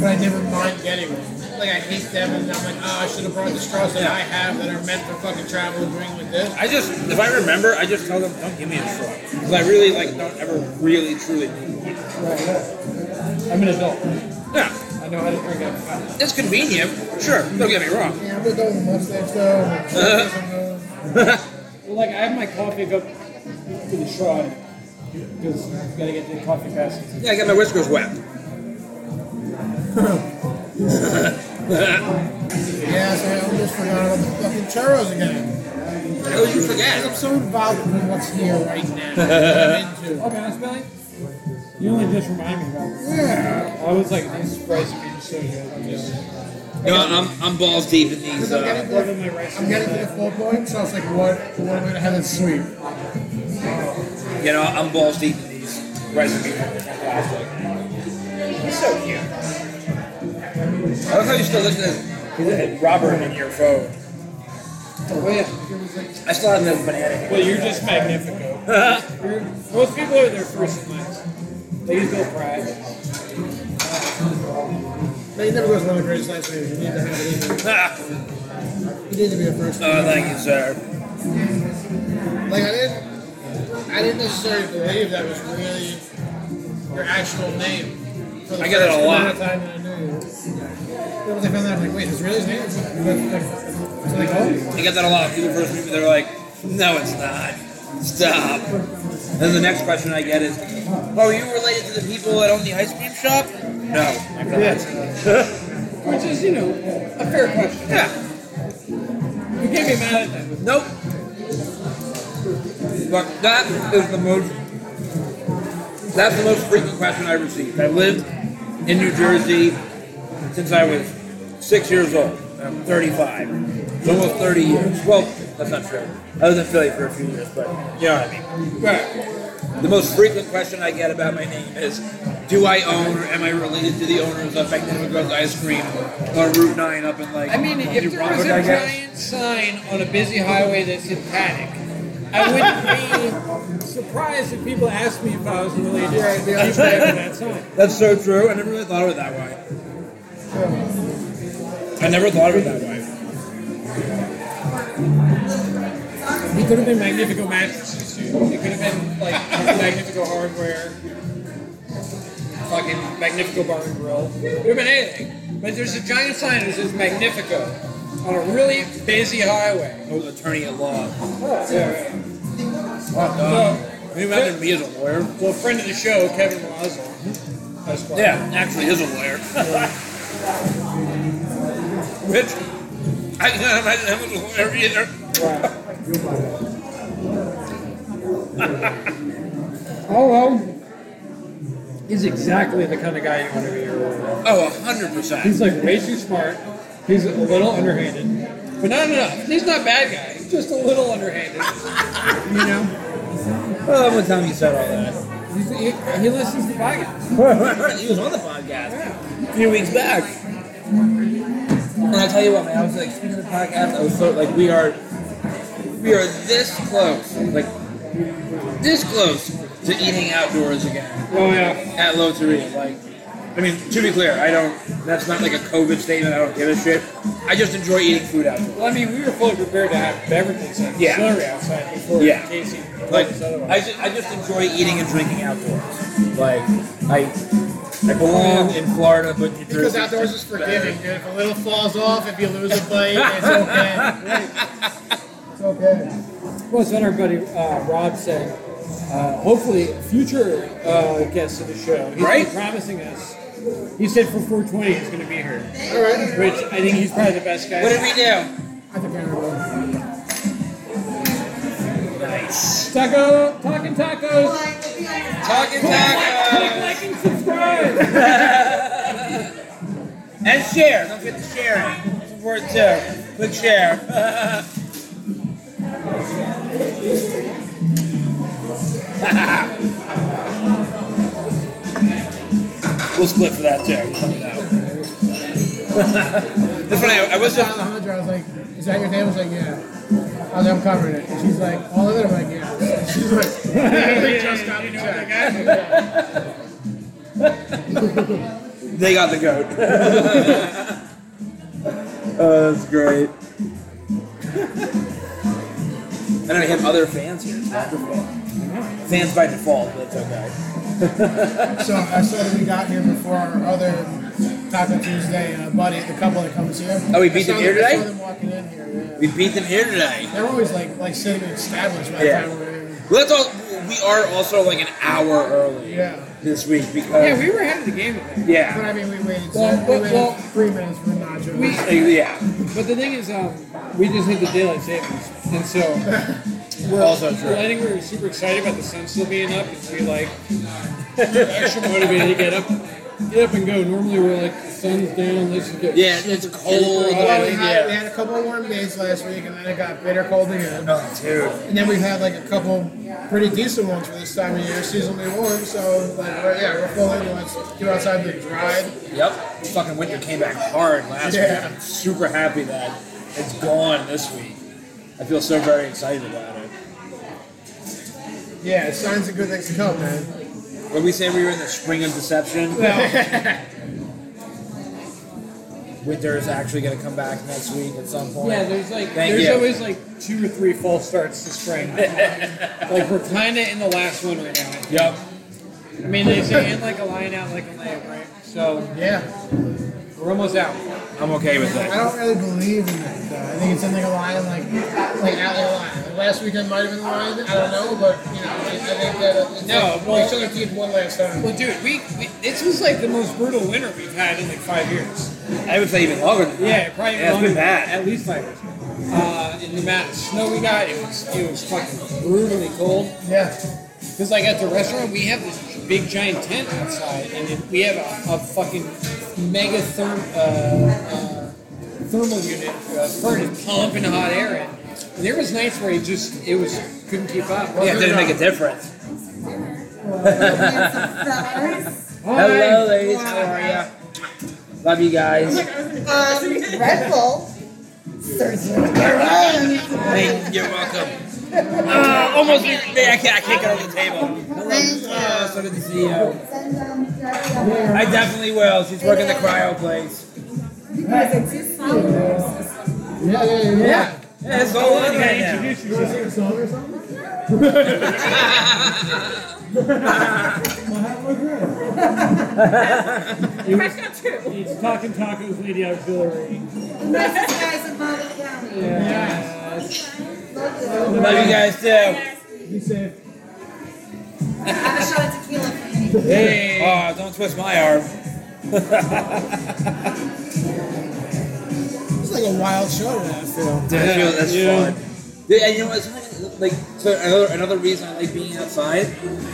[SPEAKER 2] but I never mind getting them. Like I hate them, and I'm like, oh, I should have brought the straws that I have that are meant for fucking travel and drink with this.
[SPEAKER 3] I just, if I remember, I just tell them, don't give me a straw, because I really like don't ever really truly. need one.
[SPEAKER 1] I'm an adult.
[SPEAKER 3] Yeah,
[SPEAKER 1] I know how to drink alcohol.
[SPEAKER 3] it's convenient. Sure, don't get me wrong.
[SPEAKER 2] Yeah, but don't mustache
[SPEAKER 3] Uh-huh.
[SPEAKER 2] though.
[SPEAKER 1] Well, like I have my coffee cup to the straw because I've got to get to the coffee fast.
[SPEAKER 3] Yeah, I got my whiskers wet.
[SPEAKER 2] yeah, so I almost forgot about the fucking churros again.
[SPEAKER 3] How would you
[SPEAKER 2] I'm
[SPEAKER 3] forget?
[SPEAKER 2] so involved with what's here right now. What I'm into.
[SPEAKER 1] I'll be honest, Billy. You only just remind me about it.
[SPEAKER 2] Yeah,
[SPEAKER 1] I was like, these fries are being so good. I'm just
[SPEAKER 3] No, I'm, I'm balls deep in these.
[SPEAKER 2] because I'm
[SPEAKER 3] Uh,
[SPEAKER 2] getting to
[SPEAKER 1] loving my
[SPEAKER 2] the,
[SPEAKER 1] rice.
[SPEAKER 2] I'm getting to the full point, so I was like, what? What am I gonna have that's sweet?
[SPEAKER 3] you know, I'm balls deep in these rice and beans. are Fantastic. It's so cute. I love how you still listen to this- Robert in your phone.
[SPEAKER 1] Oh yeah.
[SPEAKER 3] I still haven't had a banana.
[SPEAKER 1] Well, you're just magnifico.
[SPEAKER 3] yet.
[SPEAKER 1] You're, most people are their first and last. They use Bill Pride.
[SPEAKER 2] But he never goes one of the greatest ice creams. You need to have it in there.
[SPEAKER 3] oh,
[SPEAKER 2] You need to be a first.
[SPEAKER 3] thank you, sir.
[SPEAKER 2] Like I didn't, I didn't necessarily believe that was really your actual name. For the
[SPEAKER 3] I get that a
[SPEAKER 2] first
[SPEAKER 3] lot.
[SPEAKER 2] amount of Time that I knew you. Then once I found out, I was like, wait, his real name is. It's like, oh,
[SPEAKER 3] I get that a lot. People first meet me, they're like, "No, it's not. Stop." Then the next question I get is, "Oh, are you related to the people that own the ice cream shop?" No. I'm not.
[SPEAKER 1] Which is, you know, a fair question.
[SPEAKER 3] yeah.
[SPEAKER 1] You can't be mad at them.
[SPEAKER 3] Nope. But that is the most. That's the most frequent question I received. I've lived in New Jersey since I was six years old. I'm 35. It's almost 30 years. Well, that's not true. I was in Philly for a few years, but you know what I mean. The most frequent question I get about my name is, do I own or am I related to the owners of McDonald's Girls Ice Cream on Route 9 up in like
[SPEAKER 1] I mean,
[SPEAKER 3] New
[SPEAKER 1] if there was
[SPEAKER 3] Brunswick,
[SPEAKER 1] a
[SPEAKER 3] I guess?
[SPEAKER 1] giant sign on a busy highway that said panic, I wouldn't be surprised if people asked me if I was related to
[SPEAKER 2] Right, yeah.
[SPEAKER 1] people having that sign.
[SPEAKER 3] That's so true. I never really thought of it that way. I never thought of it that way.
[SPEAKER 1] It could have been Magnifico mattresses, dude. It could have been like Magnifico hardware, fucking Magnifico bar and grill. It could have been anything. But there's a giant sign that says Magnifico on a really busy highway.
[SPEAKER 3] I was an Oh, attorney at law. uh,
[SPEAKER 1] Yeah.
[SPEAKER 3] Can you imagine me as a lawyer?
[SPEAKER 1] Well, friend of the show, Kevin Malazzo. That's why.
[SPEAKER 3] Yeah, actually is a lawyer. Which I can't imagine him as a lawyer either.
[SPEAKER 1] Oh well. He's exactly the kind of guy you want to be around.
[SPEAKER 3] Oh, hundred percent.
[SPEAKER 1] He's like way too smart. He's a little underhanded, but not enough. He's not a bad guy. He's just a little underhanded. you know,
[SPEAKER 3] Oh, one time you said all
[SPEAKER 1] He's, he, he listens to podcasts.
[SPEAKER 3] that. he was on the podcast a few weeks back. And I tell you what, man, I was like speaking of the podcast, I was so like we are we are this close. Like this close to eating outdoors again
[SPEAKER 1] Oh yeah.
[SPEAKER 3] at Loteria. Like I mean, to be clear, I don't. That's not like a COVID statement. I don't give a shit. I just enjoy eating food out.
[SPEAKER 1] Well, I mean, we were fully prepared to have beverages and
[SPEAKER 3] Yeah.
[SPEAKER 1] slurry outside before
[SPEAKER 3] Yeah.
[SPEAKER 1] Casey told
[SPEAKER 3] Like,
[SPEAKER 1] us otherwise.
[SPEAKER 3] I just, I just enjoy eating and drinking outdoors. Like, I, I belong in Florida, but New
[SPEAKER 2] Because
[SPEAKER 3] Jersey-
[SPEAKER 2] outdoors is forgiving, dude. If a little falls off, if you lose a bite, it's okay. It's okay.
[SPEAKER 1] Well, as our buddy uh, Rob said, uh, hopefully future uh, guests of the show. He's been
[SPEAKER 3] Right?
[SPEAKER 1] promising us. He said for 420 he's going to be here,
[SPEAKER 2] All right.
[SPEAKER 1] which I think he's probably the best guy.
[SPEAKER 3] What did we do?
[SPEAKER 2] I think I remember.
[SPEAKER 3] Nice.
[SPEAKER 1] Taco, talking tacos.
[SPEAKER 5] But to be honest,
[SPEAKER 3] Talking
[SPEAKER 1] Click
[SPEAKER 3] tacos.
[SPEAKER 1] like and subscribe.
[SPEAKER 3] And share. Don't forget to share it. Support too. Click share. we'll split for that too. That's funny. I, I was just
[SPEAKER 2] Alejandra, I was like, is that your name? I was like, yeah. I was like, I'm covering it. And she's like, all of it? I'm like, yeah. She's like, literally just got the check.
[SPEAKER 3] They got the goat. oh, that's great. I know we have other fans here. It's not default. Fans by default, but it's okay.
[SPEAKER 2] So I saw that we got here before our other Taco Tuesday uh, buddy, the couple that comes here.
[SPEAKER 3] Oh, we beat
[SPEAKER 2] I saw
[SPEAKER 3] them here
[SPEAKER 2] I saw
[SPEAKER 3] today?
[SPEAKER 2] them walking in here, yeah.
[SPEAKER 3] We beat them here today.
[SPEAKER 2] They're always like, like sitting established by the
[SPEAKER 3] Yeah.
[SPEAKER 2] time we're here.
[SPEAKER 3] Well, that's all. We are also like an hour early
[SPEAKER 2] Yeah.
[SPEAKER 3] this week because
[SPEAKER 1] yeah, we were ahead of the game today.
[SPEAKER 2] But
[SPEAKER 3] yeah,
[SPEAKER 2] I mean, we waited, so
[SPEAKER 1] Well,
[SPEAKER 2] we
[SPEAKER 1] well,
[SPEAKER 2] waited
[SPEAKER 1] well,
[SPEAKER 2] three minutes for nachos.
[SPEAKER 1] we-
[SPEAKER 3] Uh, yeah.
[SPEAKER 1] But the thing is, um, we just hit the daylight savings, and so
[SPEAKER 3] Also
[SPEAKER 1] Well,
[SPEAKER 3] true.
[SPEAKER 1] I think we were super excited about the sun still being up, and we like extra motivated to get up, get up and go. Normally we're like the sun's down, let's get
[SPEAKER 3] Yeah, it's
[SPEAKER 1] super
[SPEAKER 3] cold.
[SPEAKER 1] super
[SPEAKER 2] Well,
[SPEAKER 1] hot.
[SPEAKER 2] we, had, we
[SPEAKER 3] Yeah.
[SPEAKER 2] had a couple of warm days last week, and then it got bitter cold again.
[SPEAKER 3] Oh, dude.
[SPEAKER 2] And then we've had like a couple pretty decent ones for this time of year, seasonally warm. So like, we're, yeah, we're full in. Let's get outside and get dried.
[SPEAKER 3] Yep. Fucking winter came back hard last
[SPEAKER 2] Yeah.
[SPEAKER 3] week. I'm super happy that it's gone this week. I feel so very excited about it.
[SPEAKER 2] Yeah, signs of good things to come, man.
[SPEAKER 3] What we say we were in the spring of deception? Winter is actually going to come back next week at some point.
[SPEAKER 1] Yeah, there's like
[SPEAKER 3] Thank
[SPEAKER 1] there's
[SPEAKER 3] you.
[SPEAKER 1] always like two or three false starts to spring. like we're kind of in the last one right now.
[SPEAKER 3] Yep.
[SPEAKER 1] I mean, they say in like a line, out like a lamb, right? So
[SPEAKER 2] Yeah,
[SPEAKER 1] we're almost out.
[SPEAKER 3] I'm okay with
[SPEAKER 2] I
[SPEAKER 3] that.
[SPEAKER 2] don't really believe in that. Though. I think it's in like a line, like like out of line. Like, last weekend might have been the line. I don't know, but you know, I, I think that uh, it's
[SPEAKER 1] No,
[SPEAKER 2] like,
[SPEAKER 1] well-
[SPEAKER 2] we still have to eat one last time.
[SPEAKER 1] Well, dude, we, we this was like the most brutal winter we've had in like five years.
[SPEAKER 3] I would say even longer than
[SPEAKER 1] Yeah, probably
[SPEAKER 3] Yeah, it's
[SPEAKER 1] longer
[SPEAKER 3] been
[SPEAKER 1] than
[SPEAKER 3] bad.
[SPEAKER 1] At least five years. Uh, and the amount of snow we got, it was it was fucking brutally cold.
[SPEAKER 2] Yeah,
[SPEAKER 1] Because like at the restaurant, we have this big giant tent outside, and it, we have a, a fucking mega therm, uh, uh, thermal unit uh, furnace pumping hot air in. And there was nights where it just it was couldn't keep up.
[SPEAKER 3] Yeah, it didn't make a difference.
[SPEAKER 5] fellas.
[SPEAKER 1] Hi.
[SPEAKER 3] Hello, ladies. How are you? Love you guys.
[SPEAKER 5] Um, Red Bull.
[SPEAKER 3] Thank you. You're welcome. Uh, almost. Man, I can't. I can't get over the table.
[SPEAKER 5] Thank you.
[SPEAKER 3] Oh, so good to see you.
[SPEAKER 5] Send them directly.
[SPEAKER 3] I definitely will. She's working the cryo place.
[SPEAKER 5] You guys are too followers.
[SPEAKER 2] yeah, yeah, yeah. yeah.
[SPEAKER 3] Yeah, it's all on right now.
[SPEAKER 2] You want to sing a song or something?
[SPEAKER 1] It's talking tacos, lady auxiliary.
[SPEAKER 5] The nicest guys in Baldwin County. Love you.
[SPEAKER 3] Love you guys too.
[SPEAKER 2] Be safe.
[SPEAKER 5] Have a shot of tequila for me.
[SPEAKER 3] Hey. Oh, don't twist my arm.
[SPEAKER 2] It's like a wild show today, I feel.
[SPEAKER 3] Dude, I feel that's
[SPEAKER 1] Yeah.
[SPEAKER 3] fun. Dude, and you know what? something Like so another another reason I like being outside,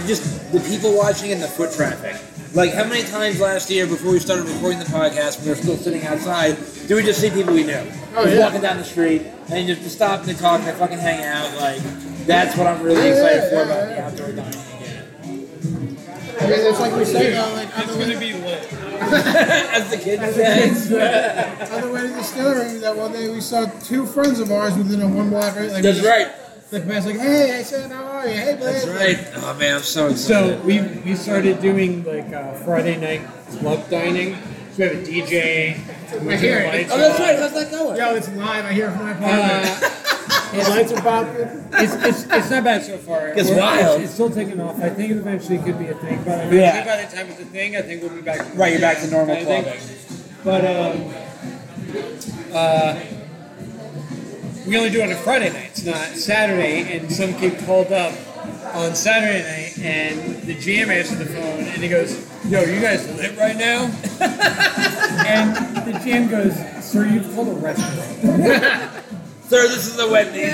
[SPEAKER 3] just the people watching and the foot traffic. Like how many times last year before we started recording the podcast, when we were still sitting outside, did we just see people we knew?
[SPEAKER 2] Oh,
[SPEAKER 3] Just
[SPEAKER 2] yeah.
[SPEAKER 3] walking down the street and just to stop and to talk and fucking hang out. Like that's what I'm really
[SPEAKER 2] Yeah,
[SPEAKER 3] excited for
[SPEAKER 2] yeah,
[SPEAKER 3] about
[SPEAKER 2] yeah.
[SPEAKER 3] the outdoor dining again.
[SPEAKER 2] I mean, it's like we said, uh, like on
[SPEAKER 1] It's
[SPEAKER 2] the
[SPEAKER 1] gonna be
[SPEAKER 2] way,
[SPEAKER 1] lit.
[SPEAKER 3] As the kids say,
[SPEAKER 2] on the way to the distillery, that one day we saw two friends of ours within a one block. Like,
[SPEAKER 3] that's
[SPEAKER 2] we just
[SPEAKER 3] right.
[SPEAKER 2] Like man's like, hey, I said, how are you? Hey, Blake.
[SPEAKER 3] That's right. Oh man, I'm so excited.
[SPEAKER 1] So we we started doing like uh, Friday night club dining. So we have a DJ. We
[SPEAKER 2] I hear it.
[SPEAKER 1] lights
[SPEAKER 3] oh, that's
[SPEAKER 1] on.
[SPEAKER 3] right. How's that going?
[SPEAKER 2] Yo, it's live. I hear it from my apartment.
[SPEAKER 1] Uh,
[SPEAKER 2] the lights are popping.
[SPEAKER 1] it's, it's, it's not bad so far.
[SPEAKER 3] It's
[SPEAKER 1] We're-
[SPEAKER 3] wild.
[SPEAKER 1] It's, it's still taking off. I think it eventually could be a thing, but I mean,
[SPEAKER 3] Yeah.
[SPEAKER 1] I think by the time it's a thing, I think we'll be back.
[SPEAKER 3] Right, you're back to normal
[SPEAKER 1] I think-
[SPEAKER 3] clubbing.
[SPEAKER 1] But um, uh, we only do it on Friday nights, not Saturday. And some kid called up on Saturday night, and the GM answered the phone, and he goes, "Yo, you guys lit right now?" and the GM goes, "Sir, you called a restaurant."
[SPEAKER 3] Sir, this is the Wendy's.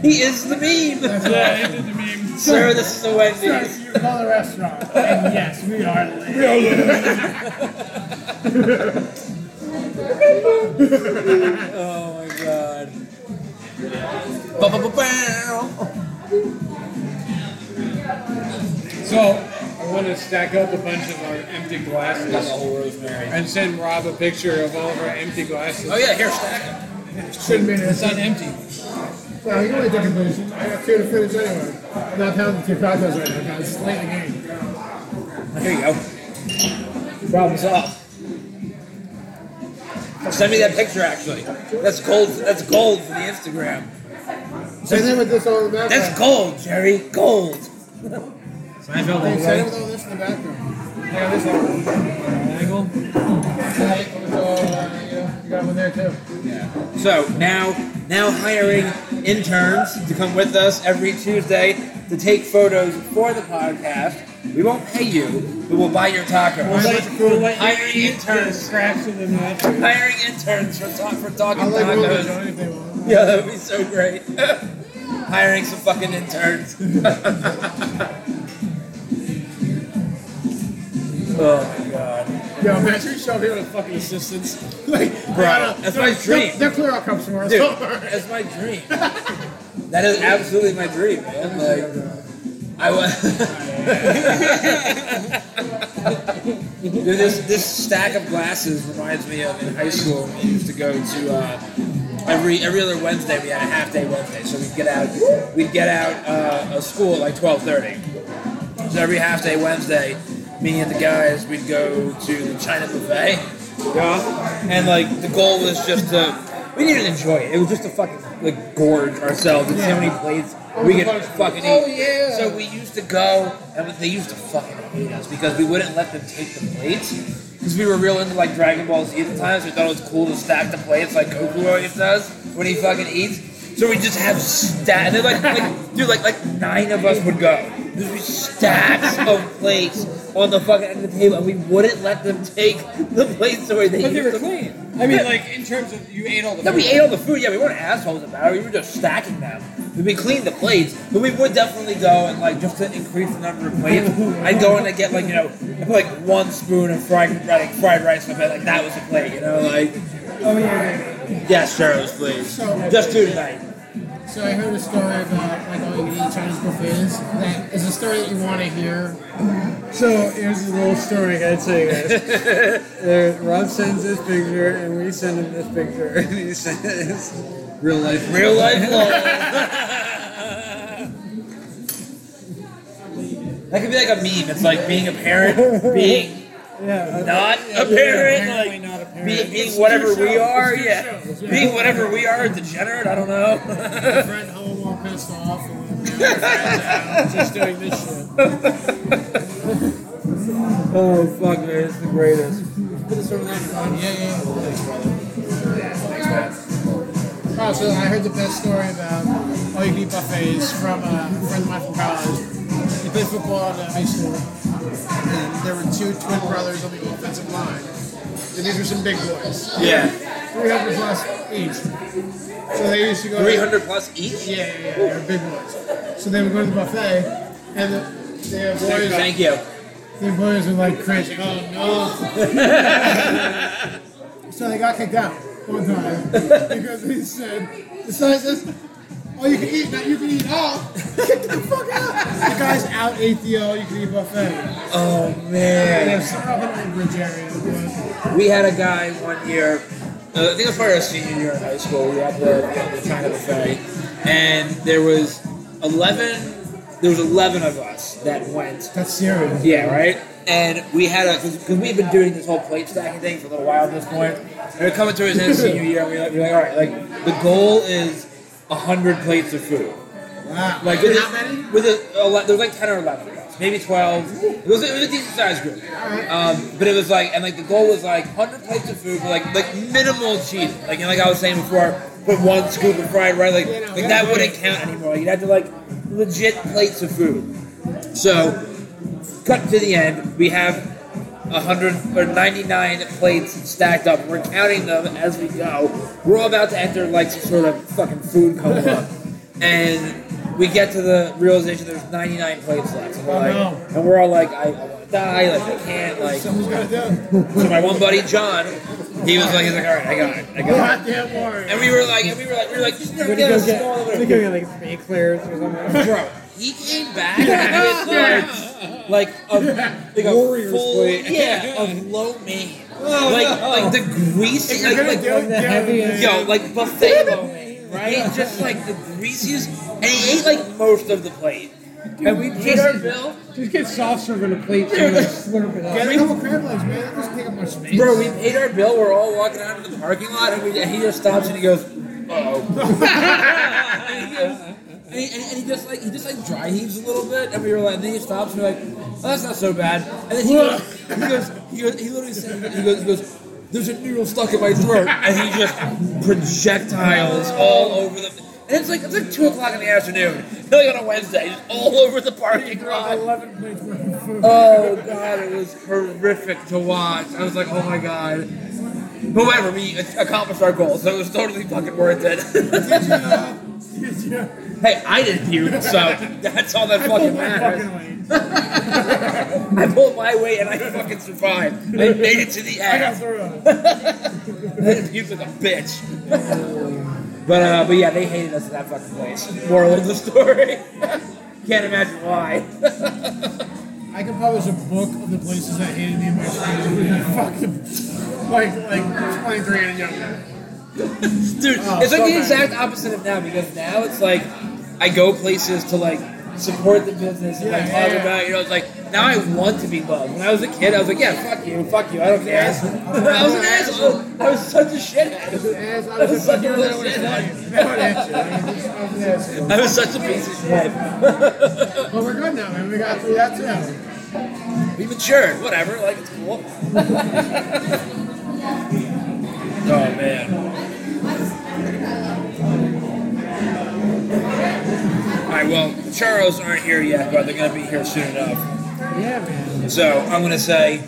[SPEAKER 3] he is the meme.
[SPEAKER 1] Yeah, he did the meme.
[SPEAKER 3] Sir, this is the Wendy's.
[SPEAKER 2] You call the restaurant. And yes, we are late.
[SPEAKER 3] Oh my god. Ba-ba-ba-bow.
[SPEAKER 1] So I want to stack up a bunch of our empty glasses and send Rob a picture of all of our empty glasses.
[SPEAKER 3] Oh yeah, here, stack 'em.
[SPEAKER 2] Shouldn't be
[SPEAKER 1] It's
[SPEAKER 2] this.
[SPEAKER 1] not empty.
[SPEAKER 2] Well, you only took a boost. I got two to finish anyway. I'm not pounding two tacos right now, guys. It's late in the game.
[SPEAKER 3] Here you go. Problem solved. Send me that picture actually. That's gold. That's gold for the Instagram.
[SPEAKER 2] Same thing with this all in the background.
[SPEAKER 3] That's gold, Jerry. Gold. Seinfeld.
[SPEAKER 2] Hey, same with all this in the background. Yeah, this one.
[SPEAKER 1] Angle.
[SPEAKER 2] Right, with all, uh, you know, you got one there too.
[SPEAKER 3] So now, now hiring interns to come with us every Tuesday to take photos for the podcast. We won't pay you, but we'll buy your taco. hiring interns,
[SPEAKER 1] Scraps in the nacho.
[SPEAKER 3] hiring interns for talk for talking
[SPEAKER 2] I like roll the
[SPEAKER 3] tacos.
[SPEAKER 2] joint if they want.
[SPEAKER 3] Yeah, that would be so great. hiring some fucking interns. oh my god.
[SPEAKER 2] Yo, man, should we show here with fucking assistants? like,
[SPEAKER 3] Bro,
[SPEAKER 2] I don't-
[SPEAKER 3] that's
[SPEAKER 2] no,
[SPEAKER 3] my
[SPEAKER 2] they're-
[SPEAKER 3] dream.
[SPEAKER 2] They're clear all comes from us.
[SPEAKER 3] Dude,
[SPEAKER 2] Don't worry.
[SPEAKER 3] that's my dream. That is absolutely my dream, man. Like, I was. Dude, this this stack of glasses reminds me of in high school when we used to go to uh, every every other Wednesday we had a half day Wednesday, so we'd get out we'd get out uh, of school at like twelve thirty. So every half day Wednesday, me and the guys we'd go to the China buffet. Yeah. And like the goal was just to we didn't even enjoy it. It was just to fucking like gorge ourselves and see how many plates we could fucking eat.
[SPEAKER 2] Oh, yeah.
[SPEAKER 3] So we used to go, and they used to fucking hate us because we wouldn't let them take the plates. Because we were real into like Dragon Ball Z at the time, so we thought it was cool to stack the plates like Goku always does when he fucking eats. So we just have stack, and then like, like dude, like like nine of us would go. There'd be stacks of plates on the fucking end of the table, and we wouldn't let them take the plates away. They
[SPEAKER 1] But they
[SPEAKER 3] used
[SPEAKER 1] were
[SPEAKER 3] to-
[SPEAKER 1] clean. I mean, like in terms of you ate all the.
[SPEAKER 3] no, we
[SPEAKER 1] food.
[SPEAKER 3] ate all the food. Yeah, we weren't assholes about it. We were just stacking them. We cleaned the plates, but we would definitely go and like just to increase the number of plates. I'd go in and get like you know, I put like one spoon of fried like fried rice in my bed. Like that was a plate, you know, like
[SPEAKER 2] Oh, yeah.
[SPEAKER 3] yes, Charles, please,
[SPEAKER 2] So-
[SPEAKER 3] just do tonight.
[SPEAKER 2] So I heard a story about like all you can eat Chinese buffets. That is a story that you want to hear.
[SPEAKER 1] So here's a little story I gotta tell you guys. There, Rob sends this picture and we send him this picture and he says, "Real life."
[SPEAKER 3] Real life lol. that could be like a meme. It's like being a parent, being
[SPEAKER 1] Yeah.
[SPEAKER 3] not a parent, like being, being whatever we are, yeah, being whatever we are, degenerate. I don't know.
[SPEAKER 2] Friend home all pissed off. And, just doing this shit.
[SPEAKER 1] Oh fuck, man, it's the greatest.
[SPEAKER 2] Put this over there. Don. Yeah, yeah. Oh, so I heard the best story about all you can eat buffets from uh, a friend of mine from college. He played football at uh, high school, and there were two twin brothers on the offensive line. And these were some big boys,
[SPEAKER 3] Yeah,
[SPEAKER 2] 300 plus each. So they used to go.
[SPEAKER 3] three hundred plus each.
[SPEAKER 2] Yeah, yeah, yeah. They were big boys. So they would go to the buffet, and the, the boys.
[SPEAKER 3] Thank you.
[SPEAKER 2] The employers were like cringing. Oh no! so they got kicked out one time because he said, "The sign says, all you can eat, not you can eat all." Kicked the fuck out. The guys out ate the all you can eat buffet.
[SPEAKER 3] Oh
[SPEAKER 2] And
[SPEAKER 3] man.
[SPEAKER 2] they're sort of an old bridge area. but-
[SPEAKER 3] We had a guy one year, uh, I think it was probably our senior year in high school, we were at the, the China buffet, and there was eleven. There was eleven of us that went.
[SPEAKER 6] That's serious.
[SPEAKER 3] Yeah, right. And we had a because we've been doing this whole plate stacking thing for a little while at this point. And we're coming towards the end of senior year, and we're like, we're like, all right, like the goal is hundred plates of food.
[SPEAKER 2] Wow.
[SPEAKER 3] Like with
[SPEAKER 2] how
[SPEAKER 3] a-
[SPEAKER 2] many?
[SPEAKER 3] With a, ele there was like ten or eleven, of us, maybe twelve. It was, it was a decent sized group. Um, but it was like, and like the goal was like hundred plates of food, but like like minimal cheese. Like and like I was saying before, put one scoop of fried rice, like like that wouldn't count anymore. You'd have to like legit plates of food. So, cut to the end, we have. 100 or 99 plates stacked up. We're counting them as we go. We're all about to enter like some sort of fucking food coma, and we get to the realization there's 99 plates left, and we're, like, and we're all like, I, I want to die, like I can't, like.
[SPEAKER 6] Someone's got it done.
[SPEAKER 3] So my one buddy John, he was like, he's like, all right, I got it,
[SPEAKER 2] Oh,
[SPEAKER 3] I got it.
[SPEAKER 2] Goddamn warrior.
[SPEAKER 3] And we were like, and we were like, we were like, just never
[SPEAKER 6] We're
[SPEAKER 3] get a
[SPEAKER 6] gonna go
[SPEAKER 3] small
[SPEAKER 6] get,
[SPEAKER 3] little
[SPEAKER 6] we're gonna go get like some eclairs or something.
[SPEAKER 3] bro. He came back with like, like a, like a
[SPEAKER 6] Warriors
[SPEAKER 3] full
[SPEAKER 6] plate.
[SPEAKER 3] yeah of low main, like like the greasy,
[SPEAKER 6] You're
[SPEAKER 3] like,
[SPEAKER 6] gonna
[SPEAKER 3] like,
[SPEAKER 6] do it,
[SPEAKER 3] the
[SPEAKER 6] do
[SPEAKER 3] heavy,
[SPEAKER 6] it,
[SPEAKER 3] yo, like buffet low main, right? He just like the greasiest, and he ate like most of the plate, and we paid our bill.
[SPEAKER 6] Just get soft serve in a plate and like, slurp it
[SPEAKER 2] Get
[SPEAKER 6] up.
[SPEAKER 2] a couple crab legs, man. That doesn't take up much space.
[SPEAKER 3] Bro, we paid our bill. We're all walking out of the parking lot, and, we, and he just stops and he goes, "Oh." and, he goes- and, he, and, and he just like he just like dry heaves a little bit, and we were like, and then he stops and we're like, "Oh, that's not so bad." And then he goes, he goes, he, goes, he literally said, he goes, he goes, "There's a needle stuck in my throat," and he just projectiles all over the. And it's like it's like two o'clock in the afternoon, like on a Wednesday, just all over the parking lot.
[SPEAKER 6] Eleven plates worth of food.
[SPEAKER 3] Oh god, it was horrific to watch. I was like, oh my god. However, we a- accomplished our goal, so it was totally fucking worth it.
[SPEAKER 6] Did you, uh, did you?
[SPEAKER 3] hey, I didn't puke, so that's all that
[SPEAKER 6] I
[SPEAKER 3] fucking
[SPEAKER 6] pulled my
[SPEAKER 3] matters.
[SPEAKER 6] fucking weight.
[SPEAKER 3] I pulled my weight and I fucking survived. I made it to the
[SPEAKER 6] I got
[SPEAKER 3] end.
[SPEAKER 6] through it.
[SPEAKER 3] I didn't puke like a bitch. But uh, but yeah, they hated us at that fucking place. Moral of the story. Can't imagine why.
[SPEAKER 2] I could publish a book of the places I hated me and my friends. Fuck them. Like, like 23 and younger.
[SPEAKER 3] Dude,
[SPEAKER 2] Oh,
[SPEAKER 3] it's like the exact opposite of now because now it's like I go places to like support the business and like
[SPEAKER 2] Yeah, yeah,
[SPEAKER 3] talk
[SPEAKER 2] yeah.
[SPEAKER 3] about you know it's like now I want to be loved. When I was a kid, I was like, yeah, fuck you, fuck you, I don't care. I was an asshole. I was such a shithead.
[SPEAKER 2] As I
[SPEAKER 3] I
[SPEAKER 2] was
[SPEAKER 3] was such a little shithead.
[SPEAKER 2] But
[SPEAKER 3] I was such a piece of shit.
[SPEAKER 2] we're good now, man. We got through that too.
[SPEAKER 3] we matured, whatever. Like it's cool. oh man. All right. Well, the Charros aren't here yet, but they're gonna be here soon enough.
[SPEAKER 6] Yeah, man.
[SPEAKER 3] So I'm gonna say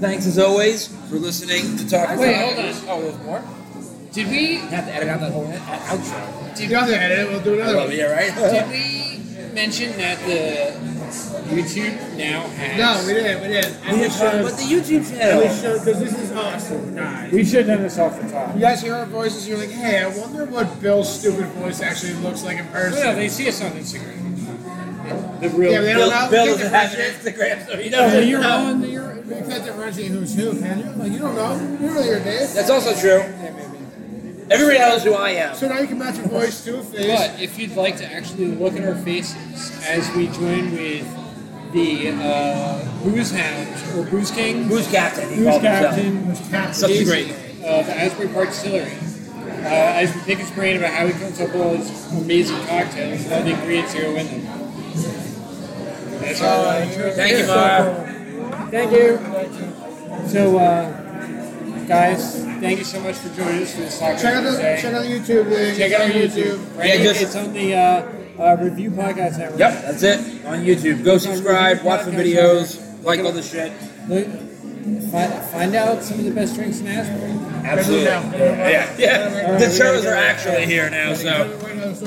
[SPEAKER 3] thanks as always for listening to Talk.
[SPEAKER 1] Wait,
[SPEAKER 3] Talk.
[SPEAKER 1] hold on.
[SPEAKER 3] Oh, there's more.
[SPEAKER 1] Did we
[SPEAKER 3] Have to edit out that whole uh, outro.
[SPEAKER 2] You got the edit, we'll do another one.
[SPEAKER 3] Love it, yeah, right?
[SPEAKER 1] did we mention that the YouTube now has
[SPEAKER 2] No, we didn't, we didn't. And we
[SPEAKER 3] But
[SPEAKER 2] should.
[SPEAKER 3] the YouTube
[SPEAKER 2] And we
[SPEAKER 3] channel.
[SPEAKER 2] should, because this is us. Nice.
[SPEAKER 6] We should have done this off the top.
[SPEAKER 2] You guys hear our voices, you're like, hey, I wonder what Bill's stupid voice actually looks like in person.
[SPEAKER 1] No, they see us on Instagram. The real
[SPEAKER 2] Yeah, they don't
[SPEAKER 3] Bill,
[SPEAKER 2] know.
[SPEAKER 3] Bill
[SPEAKER 2] they
[SPEAKER 3] doesn't
[SPEAKER 2] can't
[SPEAKER 3] have
[SPEAKER 2] differentiate-
[SPEAKER 3] an Instagram, so he
[SPEAKER 2] Yeah,
[SPEAKER 3] doesn't.
[SPEAKER 2] you're
[SPEAKER 3] know.
[SPEAKER 2] on. You're you can't differentiate who's who, can you? Like you don't know. You don't know your days.
[SPEAKER 3] That's also true. Everybody knows who I am.
[SPEAKER 2] So now you can match a voice to a face.
[SPEAKER 1] But if you'd like to actually look at our faces as we join with the uh, Booze Hound or Booze King,
[SPEAKER 3] Who's captain? He
[SPEAKER 6] Who's
[SPEAKER 3] called himself.
[SPEAKER 6] captain?
[SPEAKER 3] Such a
[SPEAKER 1] Casey
[SPEAKER 3] great.
[SPEAKER 1] of Uh, Asbury Park Distillery, uh, as we pick his brain about how he comes up with all these amazing cocktails and all the ingredients that go in them. That's all.
[SPEAKER 3] Thank you, Mara.
[SPEAKER 6] Thank you. So, uh,
[SPEAKER 1] Guys, thank you so much for joining us for this talk.
[SPEAKER 2] Check out the
[SPEAKER 1] today.
[SPEAKER 2] check out the YouTube. eh? link.
[SPEAKER 1] Check out our YouTube. Right?
[SPEAKER 3] Yeah, just-
[SPEAKER 1] it's on the uh, uh, Review Podcast Network.
[SPEAKER 3] Yep, that's it on YouTube. Go subscribe, watch the videos, like all the shit.
[SPEAKER 1] Look, find, find out some of the best drinks in Asbury.
[SPEAKER 3] Absolutely. Yeah, yeah. The shows are actually here now, so.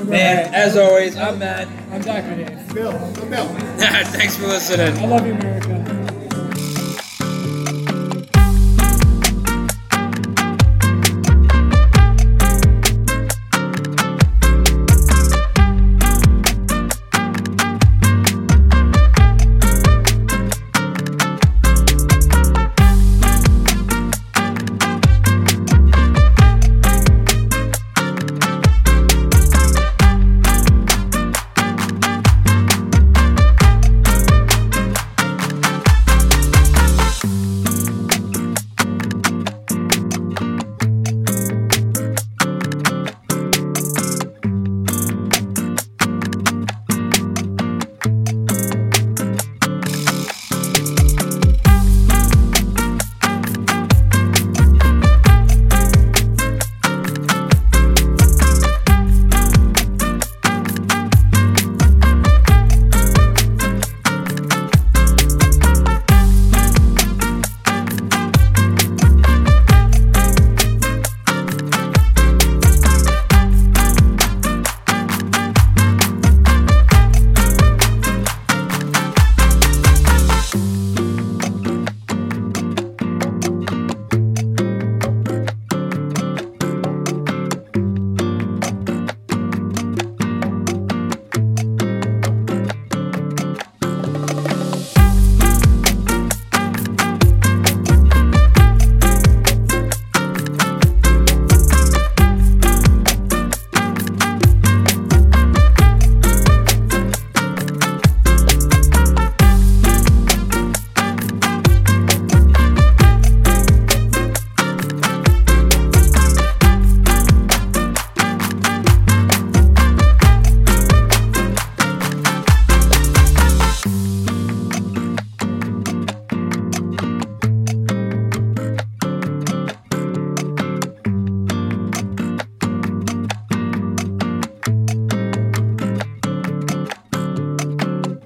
[SPEAKER 3] Man,
[SPEAKER 2] Man.
[SPEAKER 3] as always, I'm Matt.
[SPEAKER 6] I'm Dr. Dave.
[SPEAKER 2] Bill, Bill.
[SPEAKER 3] Thanks for listening.
[SPEAKER 6] I love you, America.